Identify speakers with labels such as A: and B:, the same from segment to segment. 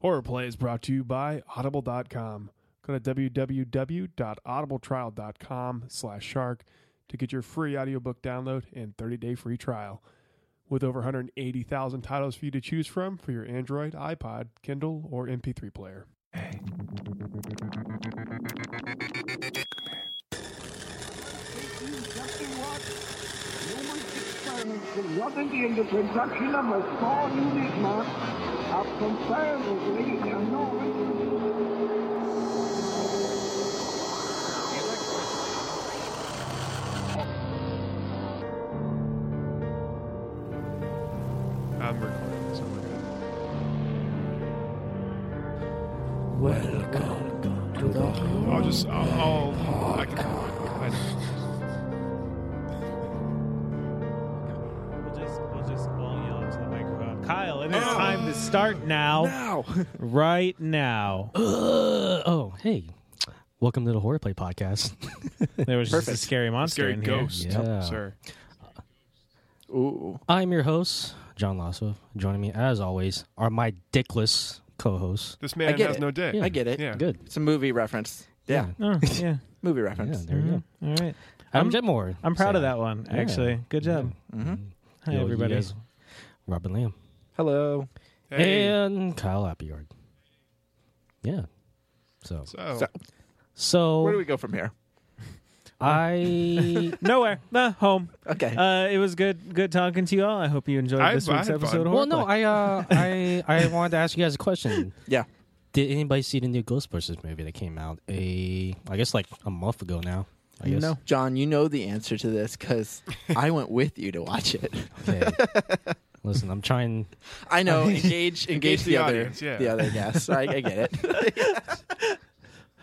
A: Horror Play is brought to you by Audible.com. Go to www.audibletrial.com slash shark to get your free audiobook download and 30-day free trial. With over 180,000 titles for you to choose from for your Android, iPod, Kindle, or MP3 player.
B: resulting in the production of a small unit mass of comparable great and no
A: I'm recording this. I'm like,
C: Welcome to the
A: I'll just, I'll, I'll I can, I know.
D: We'll just we'll just all yell into the microphone. Kyle, it is
A: Oh.
D: time to start now. Now, right now.
C: Uh, oh, hey. Welcome to the Horror Play Podcast.
D: There was just a scary monster
A: Scary
D: in
A: ghost,
C: Yeah.
A: sir.
C: I'm your host, John Lasso. Joining me, as always, are my dickless co hosts.
A: This man
E: get
A: has
E: it.
A: no dick.
C: Yeah.
E: I get it.
A: Yeah.
C: Good.
E: It's a movie reference. Yeah,
D: here. Oh, yeah,
E: movie
C: Yeah,
E: reference.
C: there you go.
D: all right. I'm-
C: Adam Jetmore.
D: I'm proud of
C: Say
D: that one. Actually, good job.
E: Mm-hmm.
D: Hi,
C: Yo, you
D: everybody.
C: guys- Robin Lamb.
E: Hello.
A: Hey.
C: And Kyle Appiard. Yeah. So,
A: so,
E: So, where do
C: so
E: we go from here?
C: I.
D: Nowhere, nah, home.
E: Okay.
D: Uh, it was good, good talking to you all. I hope you enjoyed
A: I-
D: this
A: I
D: week's
A: had fun.
D: episode. Of
C: well,
D: Horrorplay.
C: no, I, uh, I, I wanted to ask you guys a question.
E: yeah.
C: Did anybody see the new Ghostbusters movie that came out a I guess like a month ago now? I guess.
D: No.
E: John, you know the answer to this because I went with you to watch it.
C: Okay. Listen, I'm trying.
E: I know. Engage, engage,
A: the
E: the, other,
A: audience, yeah.
E: the other guests. I, I get it.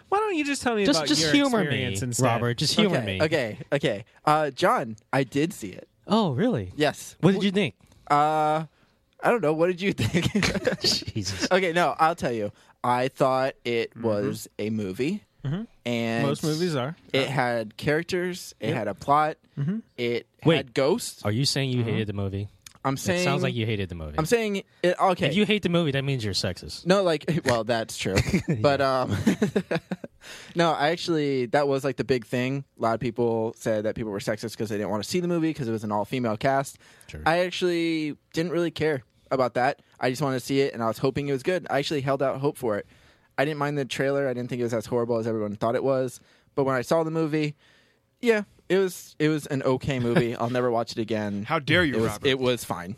D: Why don't you just tell me
C: Just,
D: about
C: just
D: your
C: humor me,
D: experience instead?
C: Robert. Just humor
E: okay,
C: me.
E: Okay. Okay. Uh, John, I did see it.
C: Oh, really?
E: Yes.
C: What did you think?
E: Uh, I don't know. What did you think?
C: Jesus.
E: okay. No, I'll tell you. I thought it was a movie, and
D: Most movies are.
C: Uh,
E: It had characters. It had a plot. It
C: Mm-hmm. Wait.
E: had ghosts.
C: Are you saying you hated the movie?
E: I'm saying.
C: it sounds like you hated the movie.
E: I'm saying it. Okay.
C: if you hate the movie, that means you're sexist.
E: no, like, well, that's true. But um, no, I actually that was like the big thing. A lot of people said that people were sexist because they didn't want to see the movie because it was an all female cast.
C: Sure.
E: I actually didn't really care about that. I just wanted to see it, and I was hoping it was good. I actually held out hope for it. I didn't mind the trailer. I didn't think it was as horrible as everyone thought it was. But when I saw the movie, yeah, it was it was an okay movie. I'll never watch it again.
A: how dare you,
E: Mm, it was,
A: Robert?
E: it was fine.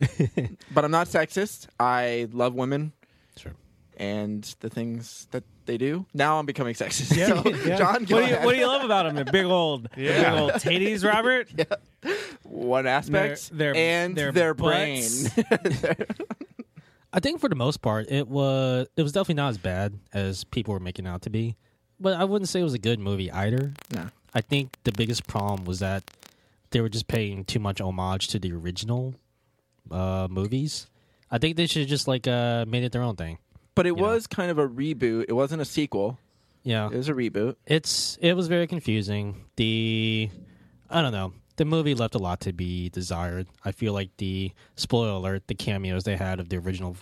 E: but I'm not sexist. I love women
C: Sure.
E: and the things that they do. Now I'm becoming sexist.
D: Yeah,
E: So,
D: yeah.
E: John, go
D: what do, you,
E: ahead.
D: what do you love about them? The big old, the
A: Yeah.
D: big old titties, Robert.
E: One aspect
D: Their- their-
E: and
D: their
E: their, brain.
D: butts.
C: I think for the most part, it was it was definitely not as bad as people were making out to be, but I wouldn't say it was a good movie either.
E: No.
C: I think the biggest problem was that they were just paying too much homage to the original uh, movies. I think they should have just like uh, made it their own thing.
E: But it was kind of a reboot. It wasn't a sequel.
C: Yeah,
E: It was a reboot.
C: it's it was very confusing. The I don't know. The movie left a lot to be desired. I feel like the spoiler alert, the cameos they had of the original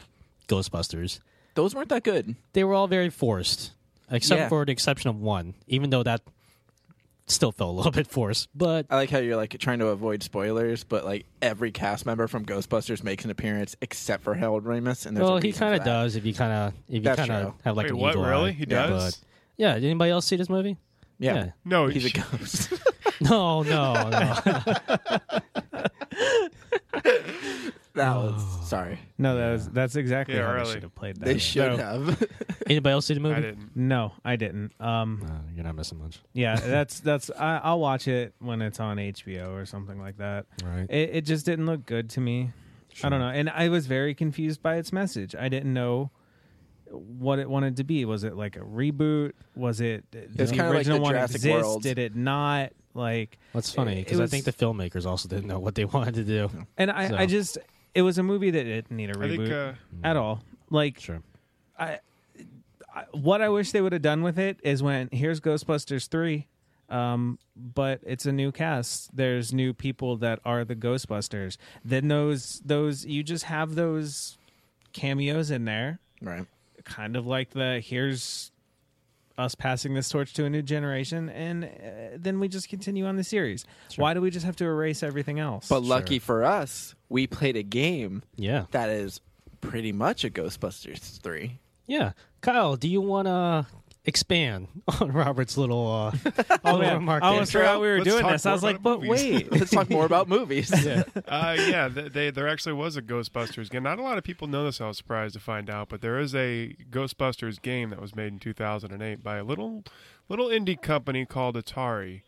C: Ghostbusters,
E: Those weren't that good.
C: they were all very forced, except
E: Yeah.
C: for the exception of one. Even though that still felt a little bit forced, but
E: I like how you're like trying to avoid spoilers, but like every cast member from Ghostbusters makes an appearance except for Harold Ramis. And there's a
C: well, he
E: reason for
C: kind of
E: that.
C: does if you kind of if you
E: That's
C: kind of
E: true.
C: have like
A: Wait,
C: an
A: what?
C: eagle eye.
A: Really? He
C: Yeah,
A: does?
C: but- yeah. Did anybody else see this movie?
E: Yeah.
C: Yeah.
A: no,
E: He's a
A: sh-
E: ghost.
C: No, no, no.
E: that
C: Oh.
E: was sorry.
D: No, that was that's exactly
A: Yeah,
D: how
A: really.
D: they should have played that.
E: They
D: No.
E: should have.
C: anybody else see the movie?
A: I didn't.
D: No, I didn't. Um,
C: Uh, you're not missing much,
D: yeah, that's that's. I, I'll watch it when it's on HBO or something like that.
C: right?
D: It, it just didn't look good to me. I don't know, and I was very confused by its message. I didn't know what it wanted to be. Was it like a reboot? Was it
E: It's
D: the
E: kinda like
D: original
E: the
D: one
E: Jurassic
D: exist?
E: World.
D: Did it not? Like,
C: That's funny
D: it
C: because I
D: was-
C: think the filmmakers also didn't know what they wanted to do.
D: and I,
C: So.
D: I just it was a movie that didn't need a
A: I
D: reboot
A: think uh,
D: at all. Like,
C: Sure.
D: what I wish they would have done with it is when here's Ghostbusters three, um, but it's a new cast. There's new people that are the Ghostbusters. Then those those you just have those cameos in there,
E: Right.
D: kind of like the here's us passing this torch to a new generation, and uh, then we just continue on the series. Why do we just have to erase everything else?
E: But lucky for us, we played a game
C: Yeah.
E: that is pretty much a Ghostbusters 3.
C: Yeah. Kyle, do you want to expand on Robert's little uh,
D: oh,
C: little
D: man. I
C: remark there?
D: almost forgot we were
A: Let's
D: doing
A: talk
D: this. I
A: more
D: was like,
A: about
D: but
A: movies.
D: wait.
E: Let's talk more about movies.
A: uh, yeah, th- they, there actually was a Ghostbusters game. Not a lot of people know this. I was surprised to find out, but there is a Ghostbusters game that was made in 2008 by a little little indie company called Atari.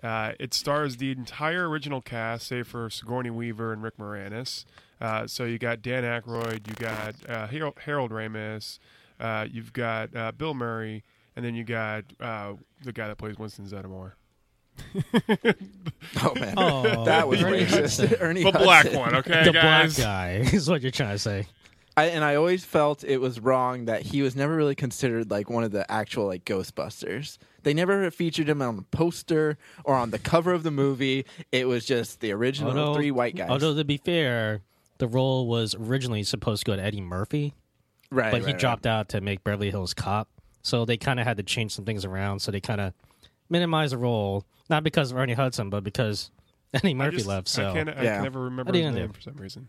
A: Uh, it stars the entire original cast, save for Sigourney Weaver and Rick Moranis. Uh, so you got Dan Aykroyd, you got uh, Harold, Harold Ramis, uh, you've got uh, Bill Murray, and then you got uh, the guy that plays Winston Zeddemore.
E: Oh, man.
C: Oh,
E: that was
C: Ernie Hudson.
E: racist. Ernie
A: The black
E: Hudson.
A: one, okay,
C: the
A: guys?
C: black guy is what you're trying to say.
E: I, and I always felt it was wrong that he was never really considered like one of the actual like Ghostbusters. They never featured him on a poster or on the cover of the movie. It was just the original
C: Although-
E: three white guys.
C: Although to be fair, the role was originally supposed to go to Eddie Murphy,
E: right,
C: but
E: right,
C: he
E: right.
C: dropped out to make Beverly Hills Cop. So they kind of had to change some things around. So they kind of minimized the role, not because of Ernie Hudson, but because Eddie
A: I
C: Murphy
A: just-
C: left. So
A: I can't. I
E: Yeah.
A: can never remember
C: What are you
A: his
C: gonna
A: name
C: do?
A: for some reason.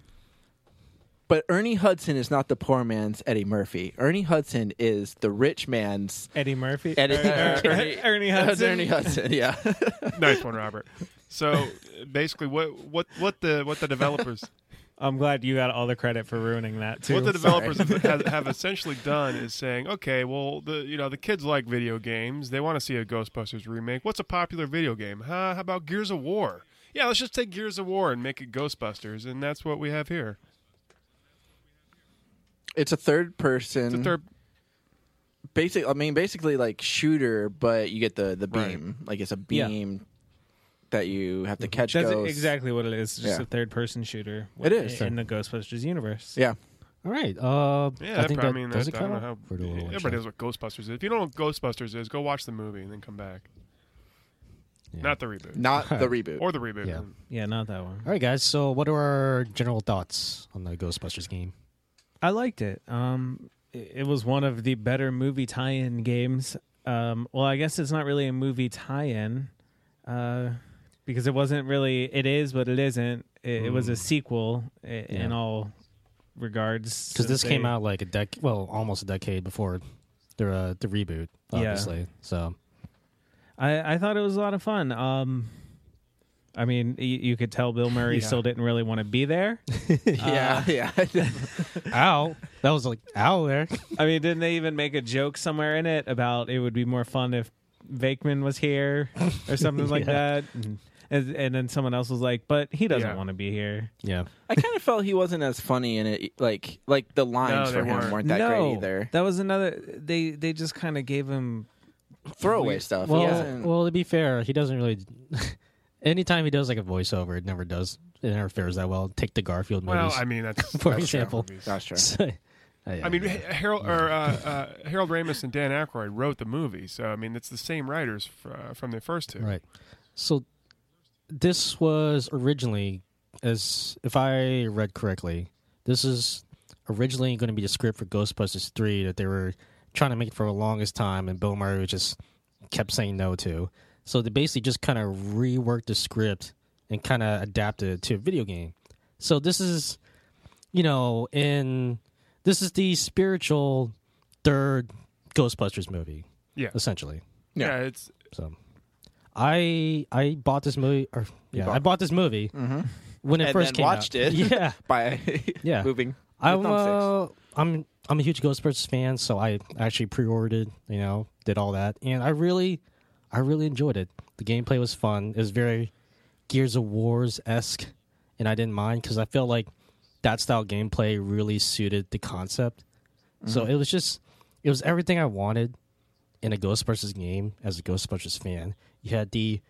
E: But Ernie Hudson is not the poor man's Eddie Murphy. Ernie Hudson is the rich man's
D: Eddie Murphy.
E: Eddie-
D: Er- Er-
E: Ernie-
D: Ernie Hudson.
E: Ernie Hudson. Yeah,
A: nice one, Robert. So basically, what what what the what the developers
D: I'm glad you got all the credit for ruining that too.
A: what the developers have, have, have essentially done is saying, okay, well, the you know the kids like video games. They want to see a Ghostbusters remake. What's a popular video game? Huh? How about Gears of War? Yeah, let's just take Gears of War and make it Ghostbusters, and that's what we have here.
E: it's a third person.
C: Mm-hmm.
A: It's a third.
E: Basic. I mean, basically like shooter, but you get the the
A: Right.
E: beam. Like it's a
D: Yeah.
E: beam that you have to catch
D: That's
E: ghosts.
D: exactly what it is. It's just
E: Yeah.
D: a third person shooter.
E: It is.
D: in the Ghostbusters universe.
E: Yeah.
C: all right. Uh,
A: Yeah,
C: I
A: that probably,
C: think that
A: I mean,
C: does
A: that,
C: it.
A: I don't know
C: Kyle?
A: how
C: Or do we want to
A: everybody
C: check?
A: knows what Ghostbusters is. If you don't know what Ghostbusters is, go watch the movie and then come back.
C: Yeah.
A: Not the reboot,
E: Not the reboot.
A: or the reboot. Um,
C: Yeah.
D: Yeah, not that one.
C: All right, guys. So, what are our general thoughts on the Ghostbusters game?
D: I liked it. Um, it it was one of the better movie tie-in games. Um, well, I guess it's not really a movie tie-in uh, because it wasn't really. It is, but it isn't. It, it was a sequel i- in
C: Yeah.
D: all regards.
C: Because this
D: since
C: came
D: they-
C: out like a decade, well, almost a decade before the uh, the reboot,
D: Yeah.
C: obviously. So,
D: I, I thought it was a lot of fun. Um, I mean, you, you could tell Bill Murray
A: Yeah.
D: still didn't really want to be there.
E: Yeah, yeah.
C: ow, that was like ow there.
D: I mean, didn't they even make a joke somewhere in it about it would be more fun if Vakeman was here or something like that? And, and, and then someone else was like, but he doesn't
A: Yeah.
D: want to be here.
C: Yeah,
E: I kind of felt he wasn't as funny in it. Like, like the
A: No, they
E: lines for him
A: weren't.
E: weren't, that
D: no,
E: great either.
D: that was another. They they just kind of gave him.
E: Throwaway stuff.
C: Well,
E: he wasn't-
C: well, to be fair, he doesn't really. Anytime he does like a voiceover, it never does. It never fares that well. Take the Garfield movies.
A: Well, I mean, that's
C: For
A: that's
C: example.
A: movies.
E: that's true.
C: So- uh, yeah.
A: I mean, Ha- Harold or uh, uh, Harold Ramis and Dan Aykroyd wrote the movie, so I mean, it's the same writers fr- uh, from the first two.
C: right. So, this was originally, as if I read correctly, this is originally going to be the script for Ghostbusters three that they were trying to make for the longest time, and Bill Murray just kept saying no to. So they basically just kind of reworked the script and kind of adapted it to a video game. So this is, you know, in this is the spiritual third Ghostbusters movie,
A: Yeah.
C: essentially.
A: Yeah.
E: Yeah.
A: it's
C: So, I I bought this movie, or yeah,
E: bought- Mm-hmm.
C: I bought this movie when it
E: And
C: first
E: then
C: came
E: watched
C: out.
E: it.
C: Yeah,
E: By
C: Yeah.
E: moving.
C: I
E: your thumbsticks.
C: uh, I'm I'm a huge Ghostbusters fan, so I actually pre-ordered, you know, did all that, and I really, I really enjoyed it. The gameplay was fun. It was very Gears of Wars esque, and I didn't mind because I felt like that style gameplay really suited the concept. So
E: Mm-hmm.
C: it was just, it was everything I wanted in a Ghostbusters game as a Ghostbusters fan. You had the,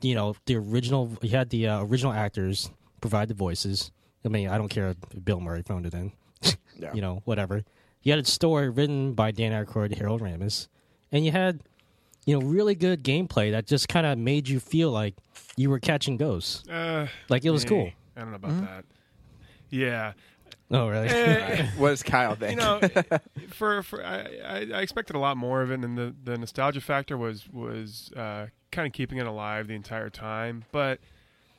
C: you know, the original. You had the uh, original actors provide the voices. I mean, I don't care if Bill Murray phoned it in.
E: Yeah.
C: You know, whatever. You had a story written by Dan Aykroyd, and Harold Ramis, and you had, you know, really good gameplay that just kind of made you feel like you were catching ghosts.
A: uh,
C: Like it was
A: eh,
C: cool. Mm-hmm.
A: I don't know about that. Yeah,
C: Oh, really?
A: Eh,
E: What does Kyle think?
A: you know, for for I, I I expected a lot more of it, and the the nostalgia factor was was uh, kind of keeping it alive the entire time. But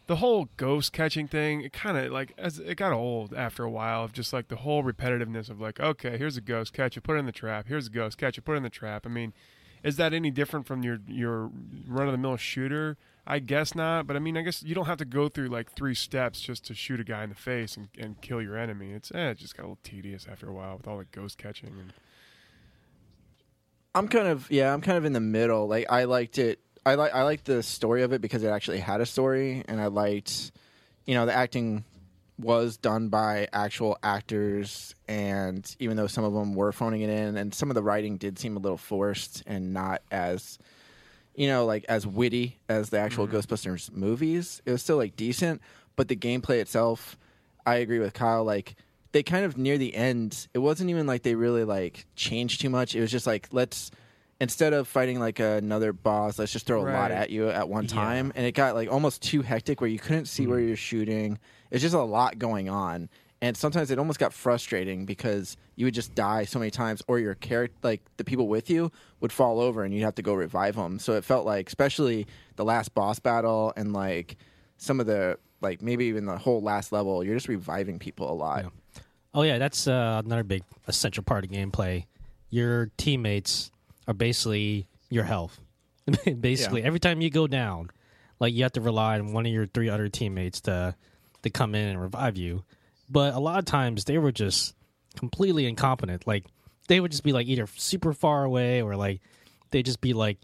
A: the whole ghost catching thing, it kind of like as it got old after a while of just like the whole repetitiveness of like, okay, here's a ghost, catch it, put it in the trap. Here's a ghost, catch it, put it in the trap. I mean, is that any different from your your run of the mill shooter? I guess not, but I mean, I guess you don't have to go through like three steps just to shoot a guy in the face and, and kill your enemy. It's eh, it just got a little tedious after a while with all the ghost catching. And,
E: I'm kind of yeah, I'm kind of in the middle. Like I liked it. I like I liked the story of it because it actually had a story, and I liked, you know, the acting was done by actual actors, and even though some of them were phoning it in, and some of the writing did seem a little forced and not as, you know, like as witty as the actual Ghostbusters movies. It was still like decent, but the gameplay itself, I agree with Kyle. Like they kind of near the end, it wasn't even like they really like changed too much. It was just like let's instead of fighting like another boss, let's just throw a lot
A: Right.
E: at you at one time, and it got like almost too hectic where you couldn't see where you're shooting. It's just a lot going on. And sometimes it almost got frustrating because you would just die so many times, or your character, like the people with you, would fall over and you'd have to go revive them. So it felt like, especially the last boss battle and like some of the, like maybe even the whole last level, you're just reviving people a lot.
C: Yeah. Oh yeah, that's uh, another big essential part of gameplay. Your teammates are basically your health. basically, every time you go down, like you have to rely on one of your three other teammates to to come in and revive you. But a lot of times they were just completely incompetent. Like they would just be like either super far away or like they would just be like,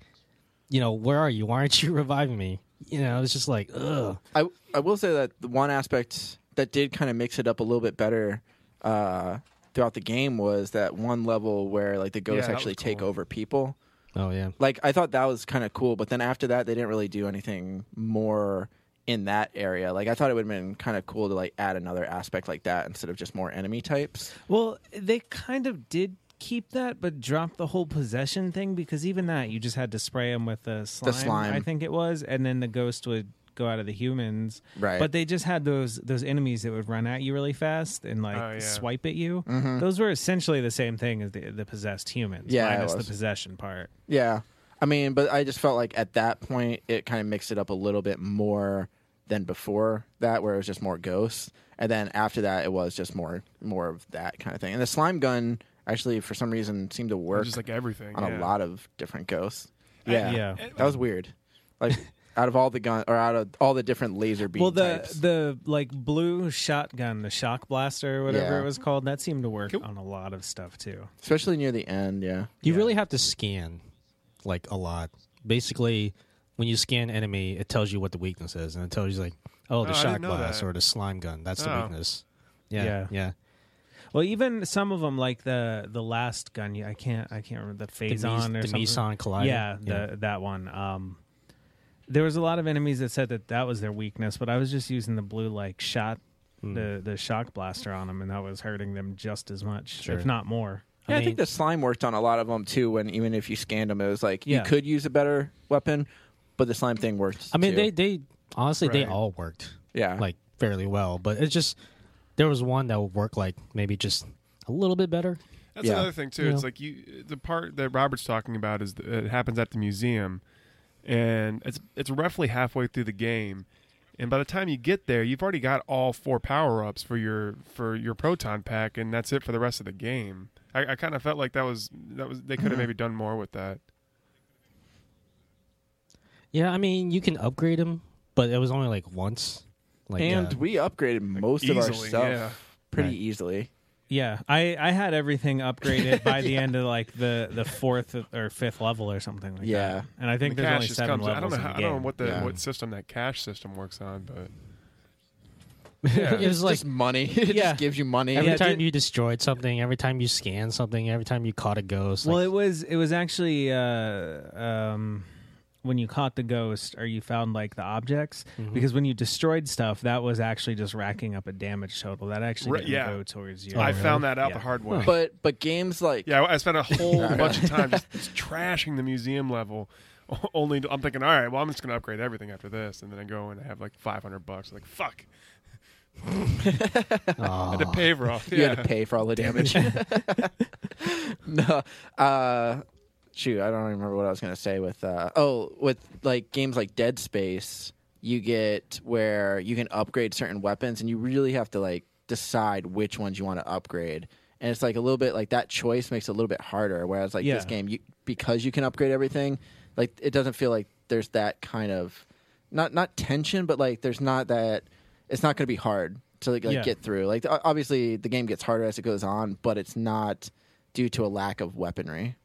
C: you know, where are you? Why aren't you reviving me? You know, it's just like, ugh.
E: I I will say that the one aspect that did kind of mix it up a little bit better uh, throughout the game was that one level where like the
A: Yeah,
E: ghosts
A: that
E: actually
A: was cool.
E: take over people.
C: Oh yeah.
E: Like I thought that was kind of cool, but then after that they didn't really do anything more in that area. Like I thought it would have been kind of cool to like add another aspect like that instead of just more enemy types.
D: Well, they kind of did keep that, but dropped the whole possession thing because even that you just had to spray them with the slime,
E: slime.
D: I think it was, and then the ghost would go out of the humans.
E: Right.
D: But they just had those those enemies that would run at you really fast and like
A: Oh, yeah.
D: swipe at you. Those were essentially the same thing as the, the possessed humans,
E: Mm-hmm. Yeah, it
D: minus the
E: was.
D: possession part.
E: Yeah. I mean, but I just felt like at that point it kind of mixed it up a little bit more than before that where it was just more ghosts. And then after that it was just more more of that kind of thing. And the slime gun actually for some reason seemed to work
A: just like everything
E: on
A: yeah.
E: a lot of different ghosts.
A: I-
E: Yeah.
D: yeah.
E: That was weird. Like out of all the gun or out of all the different laser beam
D: well, the
E: types.
D: the like blue shotgun, the shock blaster, whatever
E: Yeah.
D: it was called, that seemed to work
A: Cool.
D: on a lot of stuff too.
E: especially near the end, yeah.
C: You
D: Yeah.
C: really have to scan like a lot. Basically, when you scan enemy, it tells you what the weakness is, and it tells you like,
A: Oh,
C: oh,
A: I
C: the
A: didn't
C: shot
A: know
C: glass
A: that.
C: or the slime gun. That's the
A: Oh.
C: weakness. Yeah, yeah,
D: Yeah. Well, even some of them, like the the last gun, yeah, I can't I can't remember the
C: The,
D: phase
C: mes-
D: on or
C: the
D: something.
C: meson collider.
D: yeah, The, that one. Um, there was a lot of enemies that said that that was their weakness, but I was just using the blue like shot the the shock blaster on them, and that was hurting them just as much,
C: Sure.
D: if not more.
E: Yeah, I,
C: mean-
E: think the slime worked on a lot of them too. When even if you scanned them, it was like
D: Yeah.
E: you could use a better weapon, but the slime thing worked.
C: I mean,
E: too.
C: they they honestly they
A: Right.
C: all worked
E: yeah
C: like fairly well, but it's just there was one that would work like maybe just a little bit better.
A: That's
E: Yeah.
A: another thing too. It's
C: Yeah.
A: like you, the part that Robert's talking about is the, it happens at the museum, and it's it's roughly halfway through the game, and by the time you get there, you've already got all four power ups for your for your proton pack, and that's it for the rest of the game. I, I kind of felt like that was that was they could have maybe done more with that.
C: Yeah, I mean, you can upgrade them, but it was only like once. Like,
E: and
C: uh,
E: we upgraded most of our
A: easily,
E: stuff
A: yeah.
E: pretty
C: Right.
E: easily.
D: Yeah, I I had everything upgraded by the end of like the the fourth or fifth level or something like that.
E: Yeah.
D: and I think
A: The
D: there's
A: cache
D: only
A: just
D: seven
A: comes-
D: levels
A: I don't know.
D: in the
A: How, I
D: game.
A: don't know what the
E: Yeah.
A: what system that cache system works on, but
C: it was like
E: just money. it
D: Yeah.
E: just gives you money.
C: every
D: Yeah,
C: time
D: did-
C: you destroyed something, every time you scanned something, every time you caught a ghost.
D: Well,
C: like,
D: it was it was actually uh, um, when you caught the ghost or you found like the objects because when you destroyed stuff, that was actually just racking up a damage total. That actually
A: Right,
D: didn't
A: yeah.
D: go towards you.
C: Oh,
A: I
C: really?
A: found that out
D: Yeah.
A: the hard way.
E: But but games like
A: Yeah, I spent a whole bunch of time just, just trashing the museum level. o- Only to- I'm thinking, all right, well, I'm just gonna upgrade everything after this, and then I go and I have like 500 bucks. like, fuck. I had to pay her off.
E: You
A: Yeah.
E: had to pay for all the damage. no, uh, shoot, I don't remember what I was gonna say with. Uh, oh, with like games like Dead Space, you get where you can upgrade certain weapons, and you really have to like decide which ones you want to upgrade. And it's like a little bit like that choice makes it a little bit harder. Whereas like this
D: Yeah.
E: game, you because you can upgrade everything, like it doesn't feel like there's that kind of not not tension, but like there's not that it's not going to be hard to like, like,
D: Yeah.
E: get through. Like o- obviously the game gets harder as it goes on, but it's not due to a lack of weaponry.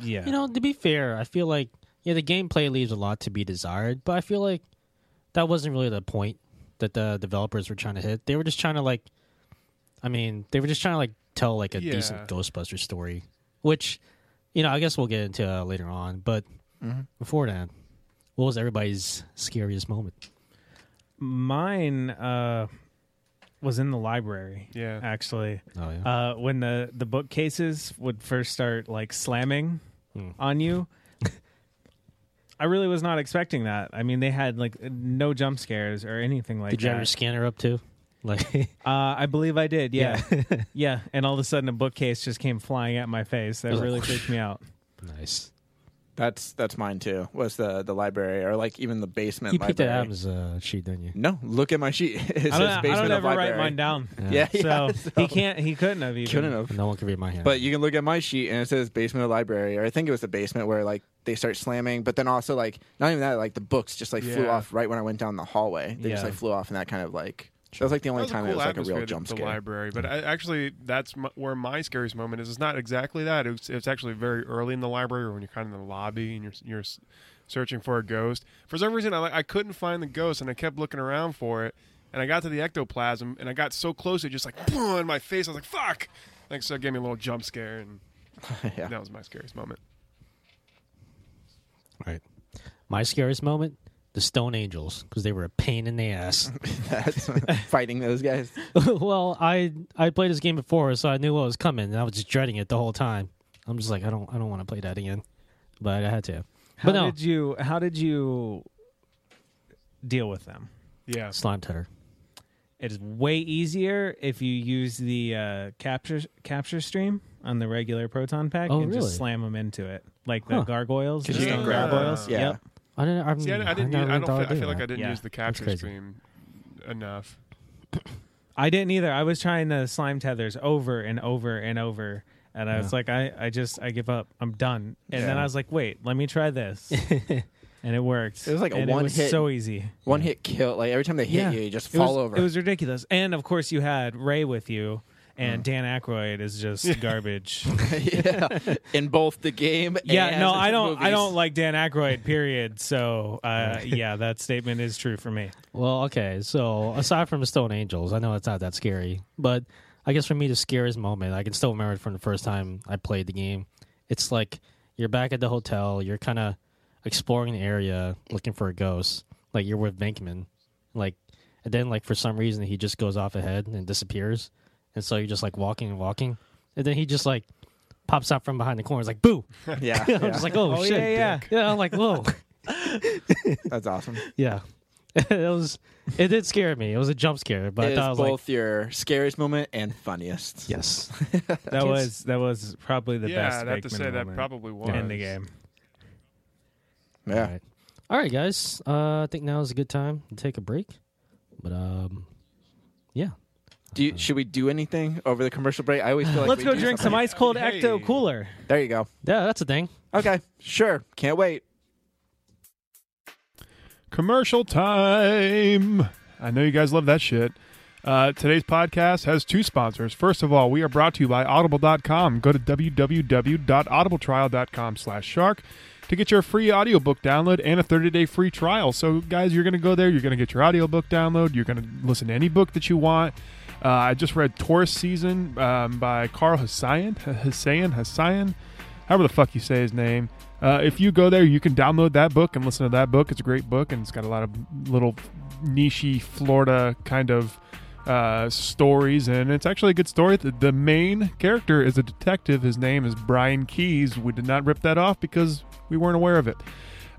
D: Yeah.
C: You know, to be fair, I feel like yeah, the gameplay leaves a lot to be desired, but I feel like that wasn't really the point that the developers were trying to hit. They were just trying to like, I mean, they were just trying to like tell like a
A: Yeah.
C: decent Ghostbuster story, which you know I guess we'll get into uh, later on. But before that, what was everybody's scariest moment?
D: mine uh, was in the library.
A: Yeah.
D: Actually,
C: Oh yeah,
D: uh, when the the bookcases would first start like slamming on you. I really was not expecting that. I mean, they had like no jump scares or anything like
C: did you
D: that.
C: have your scanner up too? Like,
D: Uh, I believe I did. Yeah, yeah. And all of a sudden, a bookcase just came flying at my face. That
C: was like,
D: really freaked me out.
C: nice.
E: That's that's mine too. Was the the library or like even the basement?
C: You picked that
E: library.
C: out as a sheet, didn't you?
E: No, look at my sheet. It
D: I
E: says
D: don't, I
E: basement
D: don't
E: of
D: ever
E: library.
D: write mine down.
E: Yeah, yeah,
D: So, he can't. He couldn't have even.
E: couldn't have.
C: No one could read my hand.
E: But you can look at my sheet and it says basement of library, or I think it was the basement where like they start slamming, but then also like not even that, like the books just like flew
A: Yeah.
E: off right when I went down the hallway. They just
D: Yeah.
E: like flew off and that kind of like that was like the only time it was like a
A: atmosphere
E: real
A: at
E: jump
A: the
E: scare.
A: library, but I, actually, that's my, where my scariest moment is. It's not exactly that. It's, it's actually very early in the library, or when you're kind of in the lobby and you're you're s- searching for a ghost. For some reason, I like- I couldn't find the ghost, and I kept looking around for it. And I got to the ectoplasm, and I got so close, it just like boom in my face. I was like, "Fuck!" Like so, it gave me a little jump scare, and
E: yeah.
A: that was my scariest moment.
C: Right. My scariest moment: the Stone Angels, because they were a pain in the ass.
E: That's fighting those guys.
C: well, I I played this game before, so I knew what was coming, and I was just dreading it the whole time. I'm just like, I don't I don't want to play that again, but I had to.
D: How
C: but no,
D: did you? How did you deal with them?
A: Yeah,
C: slime tutter.
D: It is way easier if you use the uh, capture capture stream on the regular proton pack
C: Oh,
D: and
C: really?
D: just slam them into it, like
C: Huh.
D: the gargoyles.
E: Because
D: the
E: you can
D: stone
E: grab 'em.
D: gargoyles.
E: Yeah.
D: Yep.
C: I didn't. I'm,
A: See, I, I didn't.
C: never
A: Use, I
C: really
A: don't.
C: thought
A: Feel,
C: I'd
A: I
C: do
A: feel like
C: that.
A: I didn't
D: Yeah.
A: use the capture
C: crazy.
A: stream enough.
D: I didn't either. I was trying the slime tethers over and over and over. And I was like, I, I just, I give up. I'm done. And then I was like, wait, let me try this. and it worked.
E: It was like a
D: And
E: one
D: it was
E: hit-
D: so easy.
E: One hit kill. Like every time they hit you, you just
D: It was-
E: fall over.
D: It was ridiculous. And of course, you had Ray with you.
E: Mm.
D: And Dan Aykroyd is just garbage.
E: yeah. In both the game.
D: yeah,
E: and
D: no,
E: the
D: I don't. I
E: movies.
D: don't like Dan Aykroyd. Period. So, uh, yeah, that statement is true for me.
C: Well, okay. So aside from the Stone Angels, I know it's not that scary, but I guess for me the scariest moment I can still remember it from the first time I played the game. It's like you're back at the hotel, you're kind of exploring the area looking for a ghost. Like you're with Venkman, like, and then like for some reason he just goes off ahead and disappears, and so you're just like walking and walking, and then he just like pops out from behind the corner. It's like boo!
E: Yeah,
C: I'm
E: yeah.
C: just like oh,
D: Oh,
C: shit,
D: yeah, yeah. Dick.
C: yeah. I'm like whoa.
E: that's awesome.
C: Yeah. it was it did scare me. It was a jump scare, but
E: it
C: I
E: is
C: thought I was
E: both
C: like
E: your scariest moment and funniest.
C: Yes.
D: That was that was probably the
A: yeah,
D: best.
A: I'd have to
D: Venkman
A: say that
D: moment
A: probably was
D: in the game.
E: Yeah.
C: All right. All right, guys. Uh, I think now is a good time to take a break. But um yeah.
E: Do you, should we do anything over the commercial break? I always feel like
D: Let's
E: we
D: go
E: do
D: drink some
E: something.
D: ice cold
A: Hey.
D: Ecto Cooler.
E: There you go.
C: Yeah, that's a thing.
E: Okay, sure. Can't wait.
A: Commercial time. I know you guys love that shit. Uh, today's podcast has two sponsors. First of all, we are brought to you by Audible.com. Go to www.audibletrial.com slash shark to get your free audiobook download and a 30-day free trial. So, guys, you're going to go there. You're going to get your audiobook download. You're going to listen to any book that you want. Uh, I just read Taurus Season um, by Carl Hassan. Hassan. Hassan however the fuck you say his name. Uh, if you go there, you can download that book and listen to that book. It's a great book, and it's got a lot of little nichey Florida kind of uh, stories, and it's actually a good story. The, the main character is a detective. His name is Brian Keys. We did not rip that off because we weren't aware of it.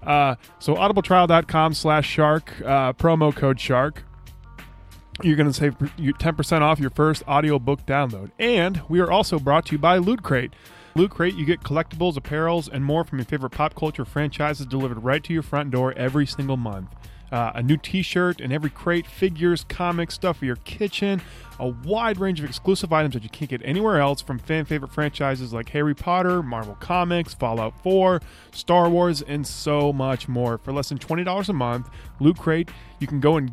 A: Uh, so audibletrial.com slash shark, uh, promo code shark. You're going to save per- you- 10% off your first audiobook download. And we are also brought to you by Loot Crate. Loot Crate, you get collectibles, apparels, and more from your favorite pop culture franchises delivered right to your front door every single month. Uh, a new t shirt in every crate, figures, comics, stuff for your kitchen, a wide range of exclusive items that you can't get anywhere else from fan favorite franchises like Harry Potter, Marvel Comics, Fallout 4, Star Wars, and so much more. For less than $20 a month, Loot Crate, you can go and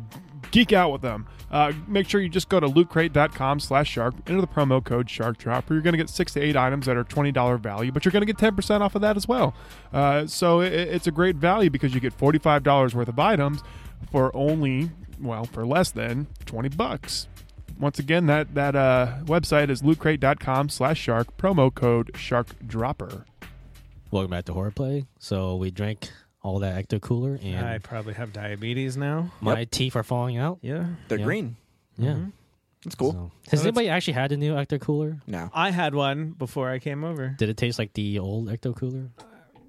A: geek out with them. Uh, make sure you just go to lootcrate.com slash shark, enter the promo code shark drop, or you're going to get six to eight items that are $20 value, but you're going to get 10% off of that as well. Uh, so it, it's a great value because you get $45 worth of items for only, well, for less than 20 bucks. Once again, that, that uh, website is lootcrate.com slash shark, promo code shark dropper.
C: Welcome back to Horror Play. So we drank all that Ecto Cooler, and
D: I probably have diabetes now.
C: my teeth are falling out.
D: Yeah.
E: They're
C: Yeah.
E: green.
C: Yeah.
E: That's cool.
C: So- Has anybody actually had the new Ecto Cooler?
E: No.
D: I had one before I came over.
C: Did it taste like the old Ecto Cooler?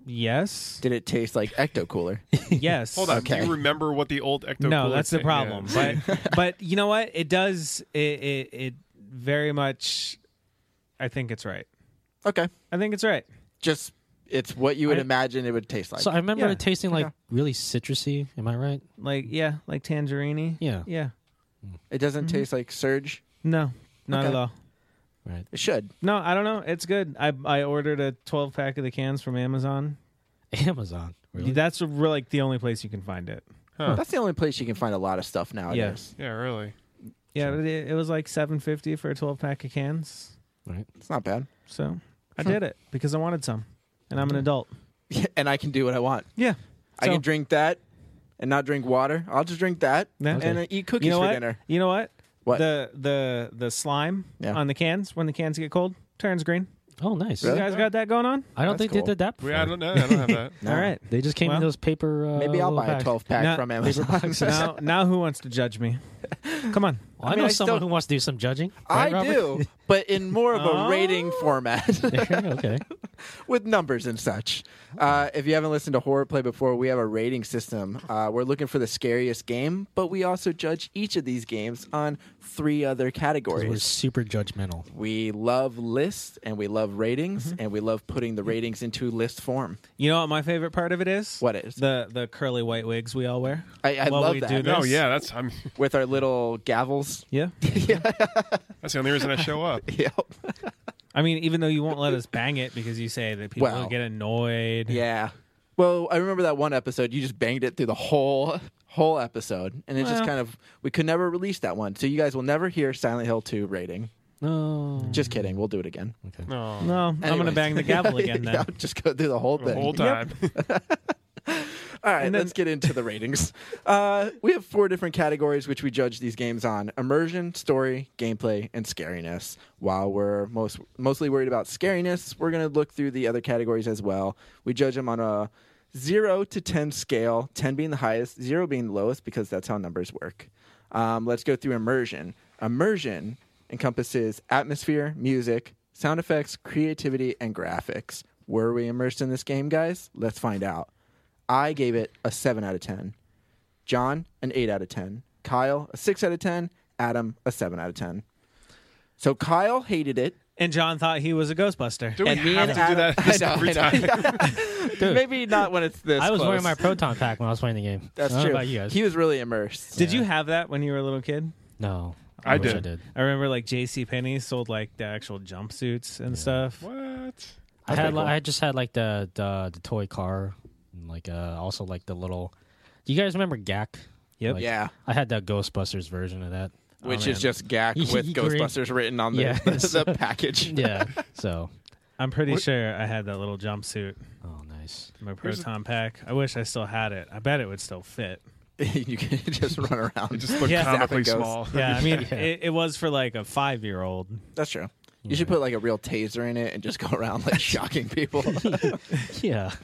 D: Yes.
E: Did it taste like Ecto Cooler?
D: yes.
E: Okay.
A: remember what the old ecto
D: No, that's the problem. But but you know what? It does it, it it very much I think it's right.
E: okay.
D: I think it's right.
E: Just it's what you would
D: I-
E: imagine it would taste like.
C: so I remember
D: yeah.
C: it tasting like really citrusy. Am I right?
D: Like yeah, like tangerine.
C: Yeah.
D: Yeah.
E: it doesn't taste like Surge.
D: No. Not
E: Okay.
D: at all.
C: Right.
E: It should.
D: No, I don't know. It's good. I I ordered a 12 pack of the cans from Amazon.
C: Amazon. Really?
D: That's re- like the only place you can find it.
E: That's the only place you can find a lot of stuff nowadays.
D: Yes.
A: Yeah, really.
D: Yeah, but it, it was like 750 for a 12 pack of cans.
E: It's not bad.
D: So, I did it because I wanted some. And I'm an adult.
E: and I can do what I want.
D: Yeah.
E: I
D: So-
E: can drink that and not drink water. I'll just drink that
D: Yeah.
E: and uh, eat cookies
D: you know
E: for
D: what?
E: dinner.
D: You know what?
E: What?
D: The the the slime
E: Yeah.
D: on the cans when the cans get cold turns green.
C: Oh, nice.
E: Really?
D: You guys got that going on?
C: I don't
E: That's
C: think
E: cool.
C: they did that
A: We,
C: before.
A: I don't know. I don't have that.
E: No.
D: All right.
C: They just came
D: Well,
C: in those paper. Uh,
E: Maybe I'll
C: little
E: buy
C: packs.
E: a 12 pack
D: No,
E: from
C: paper
E: Amazon.
C: boxes.
D: Now now who wants to judge me? Come on.
C: Well, I,
E: I mean,
C: know
E: I
C: someone
E: still-
C: who wants to do some judging.
E: I
C: Right, Robert?
E: do, but in more of a
D: Oh.
E: rating format
C: okay.
E: with numbers and such. Uh, if you haven't listened to Horror Play before, we have a rating system. Uh, we're looking for the scariest game, but we also judge each of these games on three other
C: We're
E: categories.
C: super judgmental.
E: We love lists and we love ratings and we love putting the ratings into list form.
D: You know what my favorite part of it is?
E: What is?
D: The the curly white wigs we all wear.
E: I, I
D: While
E: love
D: we
E: that.
D: do
A: No,
D: this.
A: Oh, yeah, that's I'm,
E: With our little gavels.
D: Yeah.
A: that's the only reason I show up.
E: Yep.
D: I mean, even though you won't let us bang it because you say that people
E: Well,
D: get annoyed.
E: Yeah. Well, I remember that one episode. You just banged it through the whole whole episode, and it just
D: Well.
E: kind of we could never release that one. So you guys will never hear Silent Hill two rating.
C: No.
E: Just kidding. We'll do it again.
A: No,
D: No, I'm gonna
E: Anyways.
D: bang the gavel again then.
E: Yeah, just go through the whole
A: the
E: thing.
A: whole time.
E: All right,
D: And then-
E: let's get into the ratings. Uh, we have four different categories which we judge these games on: immersion, story, gameplay, and scariness. While we're most mostly worried about scariness, we're going to look through the other categories as well. We judge them on a zero to ten scale, ten being the highest, zero being the lowest, because that's how numbers work. Um, let's go through immersion. Immersion encompasses atmosphere, music, sound effects, creativity, and graphics. Were we immersed in this game, guys? Let's find out. I gave it a 7 out of 10. John, an 8 out of 10. Kyle, a 6 out of 10. Adam, a 7 out of 10. So Kyle hated it.
D: And John thought he was a Ghostbuster.
A: Do we
E: And me
A: have
E: and
A: to do
E: Adam-
A: that this
E: I know,
A: every
E: I
A: time?
E: know. Maybe not when it's this
C: I was
E: close.
C: wearing my proton pack when I was playing the game.
E: That's
C: I don't know
E: true.
C: about you guys.
E: He was really immersed.
D: Did you have that when you were a little kid?
C: no.
A: I
C: wish
A: did.
C: I did.
D: I remember like J.C. Penney sold like the actual jumpsuits and stuff.
A: What?
C: I
E: That's
C: had
E: pretty
C: li-
E: cool.
C: I just had like the the, the toy car and like uh also like the little Do you guys remember Gak?
D: Yep.
C: Like, oh,
E: yeah,
C: I had that Ghostbusters version of that.
E: which
D: man.
E: is just gack with
C: Green.
E: Ghostbusters written on the,
C: Yeah.
E: the, package.
C: Yeah. so,
D: I'm pretty sure I had that little jumpsuit,
C: oh nice.
D: in my proton pack. I wish I still had it. I bet it would still fit.
E: you can just run around.
A: It just looked
D: Yeah.
A: comically
E: Zapping
A: small.
D: Yeah, I mean,
C: Yeah.
D: It, it was for like a five year old.
E: That's true. You should put like a real taser in it and just go around like shocking people.
C: Yeah.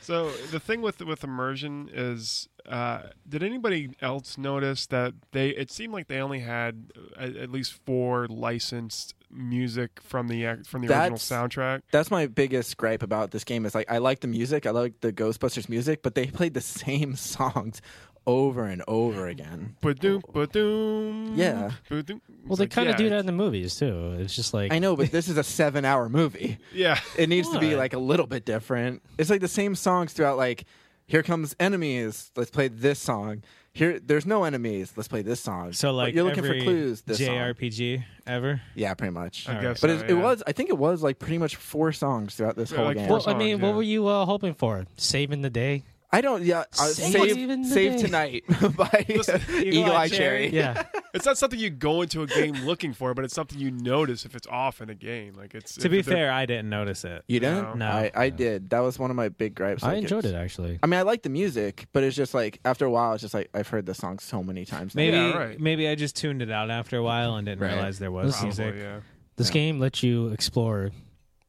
A: So the thing with with immersion is, uh, did anybody else notice that they? It seemed like they only had uh, at, at least four licensed music from the ac- from the original
E: That's-
A: soundtrack.
E: That's my biggest gripe about this game is like I like the music, I like the Ghostbusters music, but they played the same songs over and over again.
A: Ba-doom, ba-doom.
E: Oh. Yeah.
A: Ba-doom.
C: Well, they kind of do that in the movies too. It's just like
E: I know, but this is a seven-hour movie.
A: Yeah.
E: It needs to be
C: Why?
E: like a little bit different. It's like the same songs throughout. Like, here comes enemies. Let's play this song. Here, there's no enemies. Let's play this song.
D: So
E: But
D: like
E: you're looking
D: every
E: for clues. This song.
D: JRPG ever.
E: Yeah, pretty much.
A: I guess
E: But
A: so,
E: it,
A: yeah.
E: it was. I think it was like pretty much four songs throughout this
A: Yeah,
E: whole
A: like
E: game.
A: four
C: Well, I mean,
A: songs,
C: what
A: yeah.
C: were you uh, hoping for? Saving the day?
E: I don't. Yeah, uh,
C: Save
E: save
C: even the
E: save
C: day.
E: tonight by Eagle Eye Cherry.
C: Yeah.
A: It's not something you go into a game looking for, but it's something you notice if it's off in a game. Like it's
D: To be
A: if they're-
D: fair, I didn't notice it.
E: You
A: No.
E: didn't?
D: No.
E: I, I did. That was one of my big gripes.
C: I
E: Like,
C: enjoyed
E: it's-
C: it actually.
E: I mean, I like the music, but it's just like after a while, it's just like I've heard this song so many times. now.
D: Maybe
A: Yeah, right.
D: maybe I just tuned it out after a while and didn't
E: Right.
D: realize there was
C: Probably,
D: music.
A: Probably, yeah.
C: This game lets you explore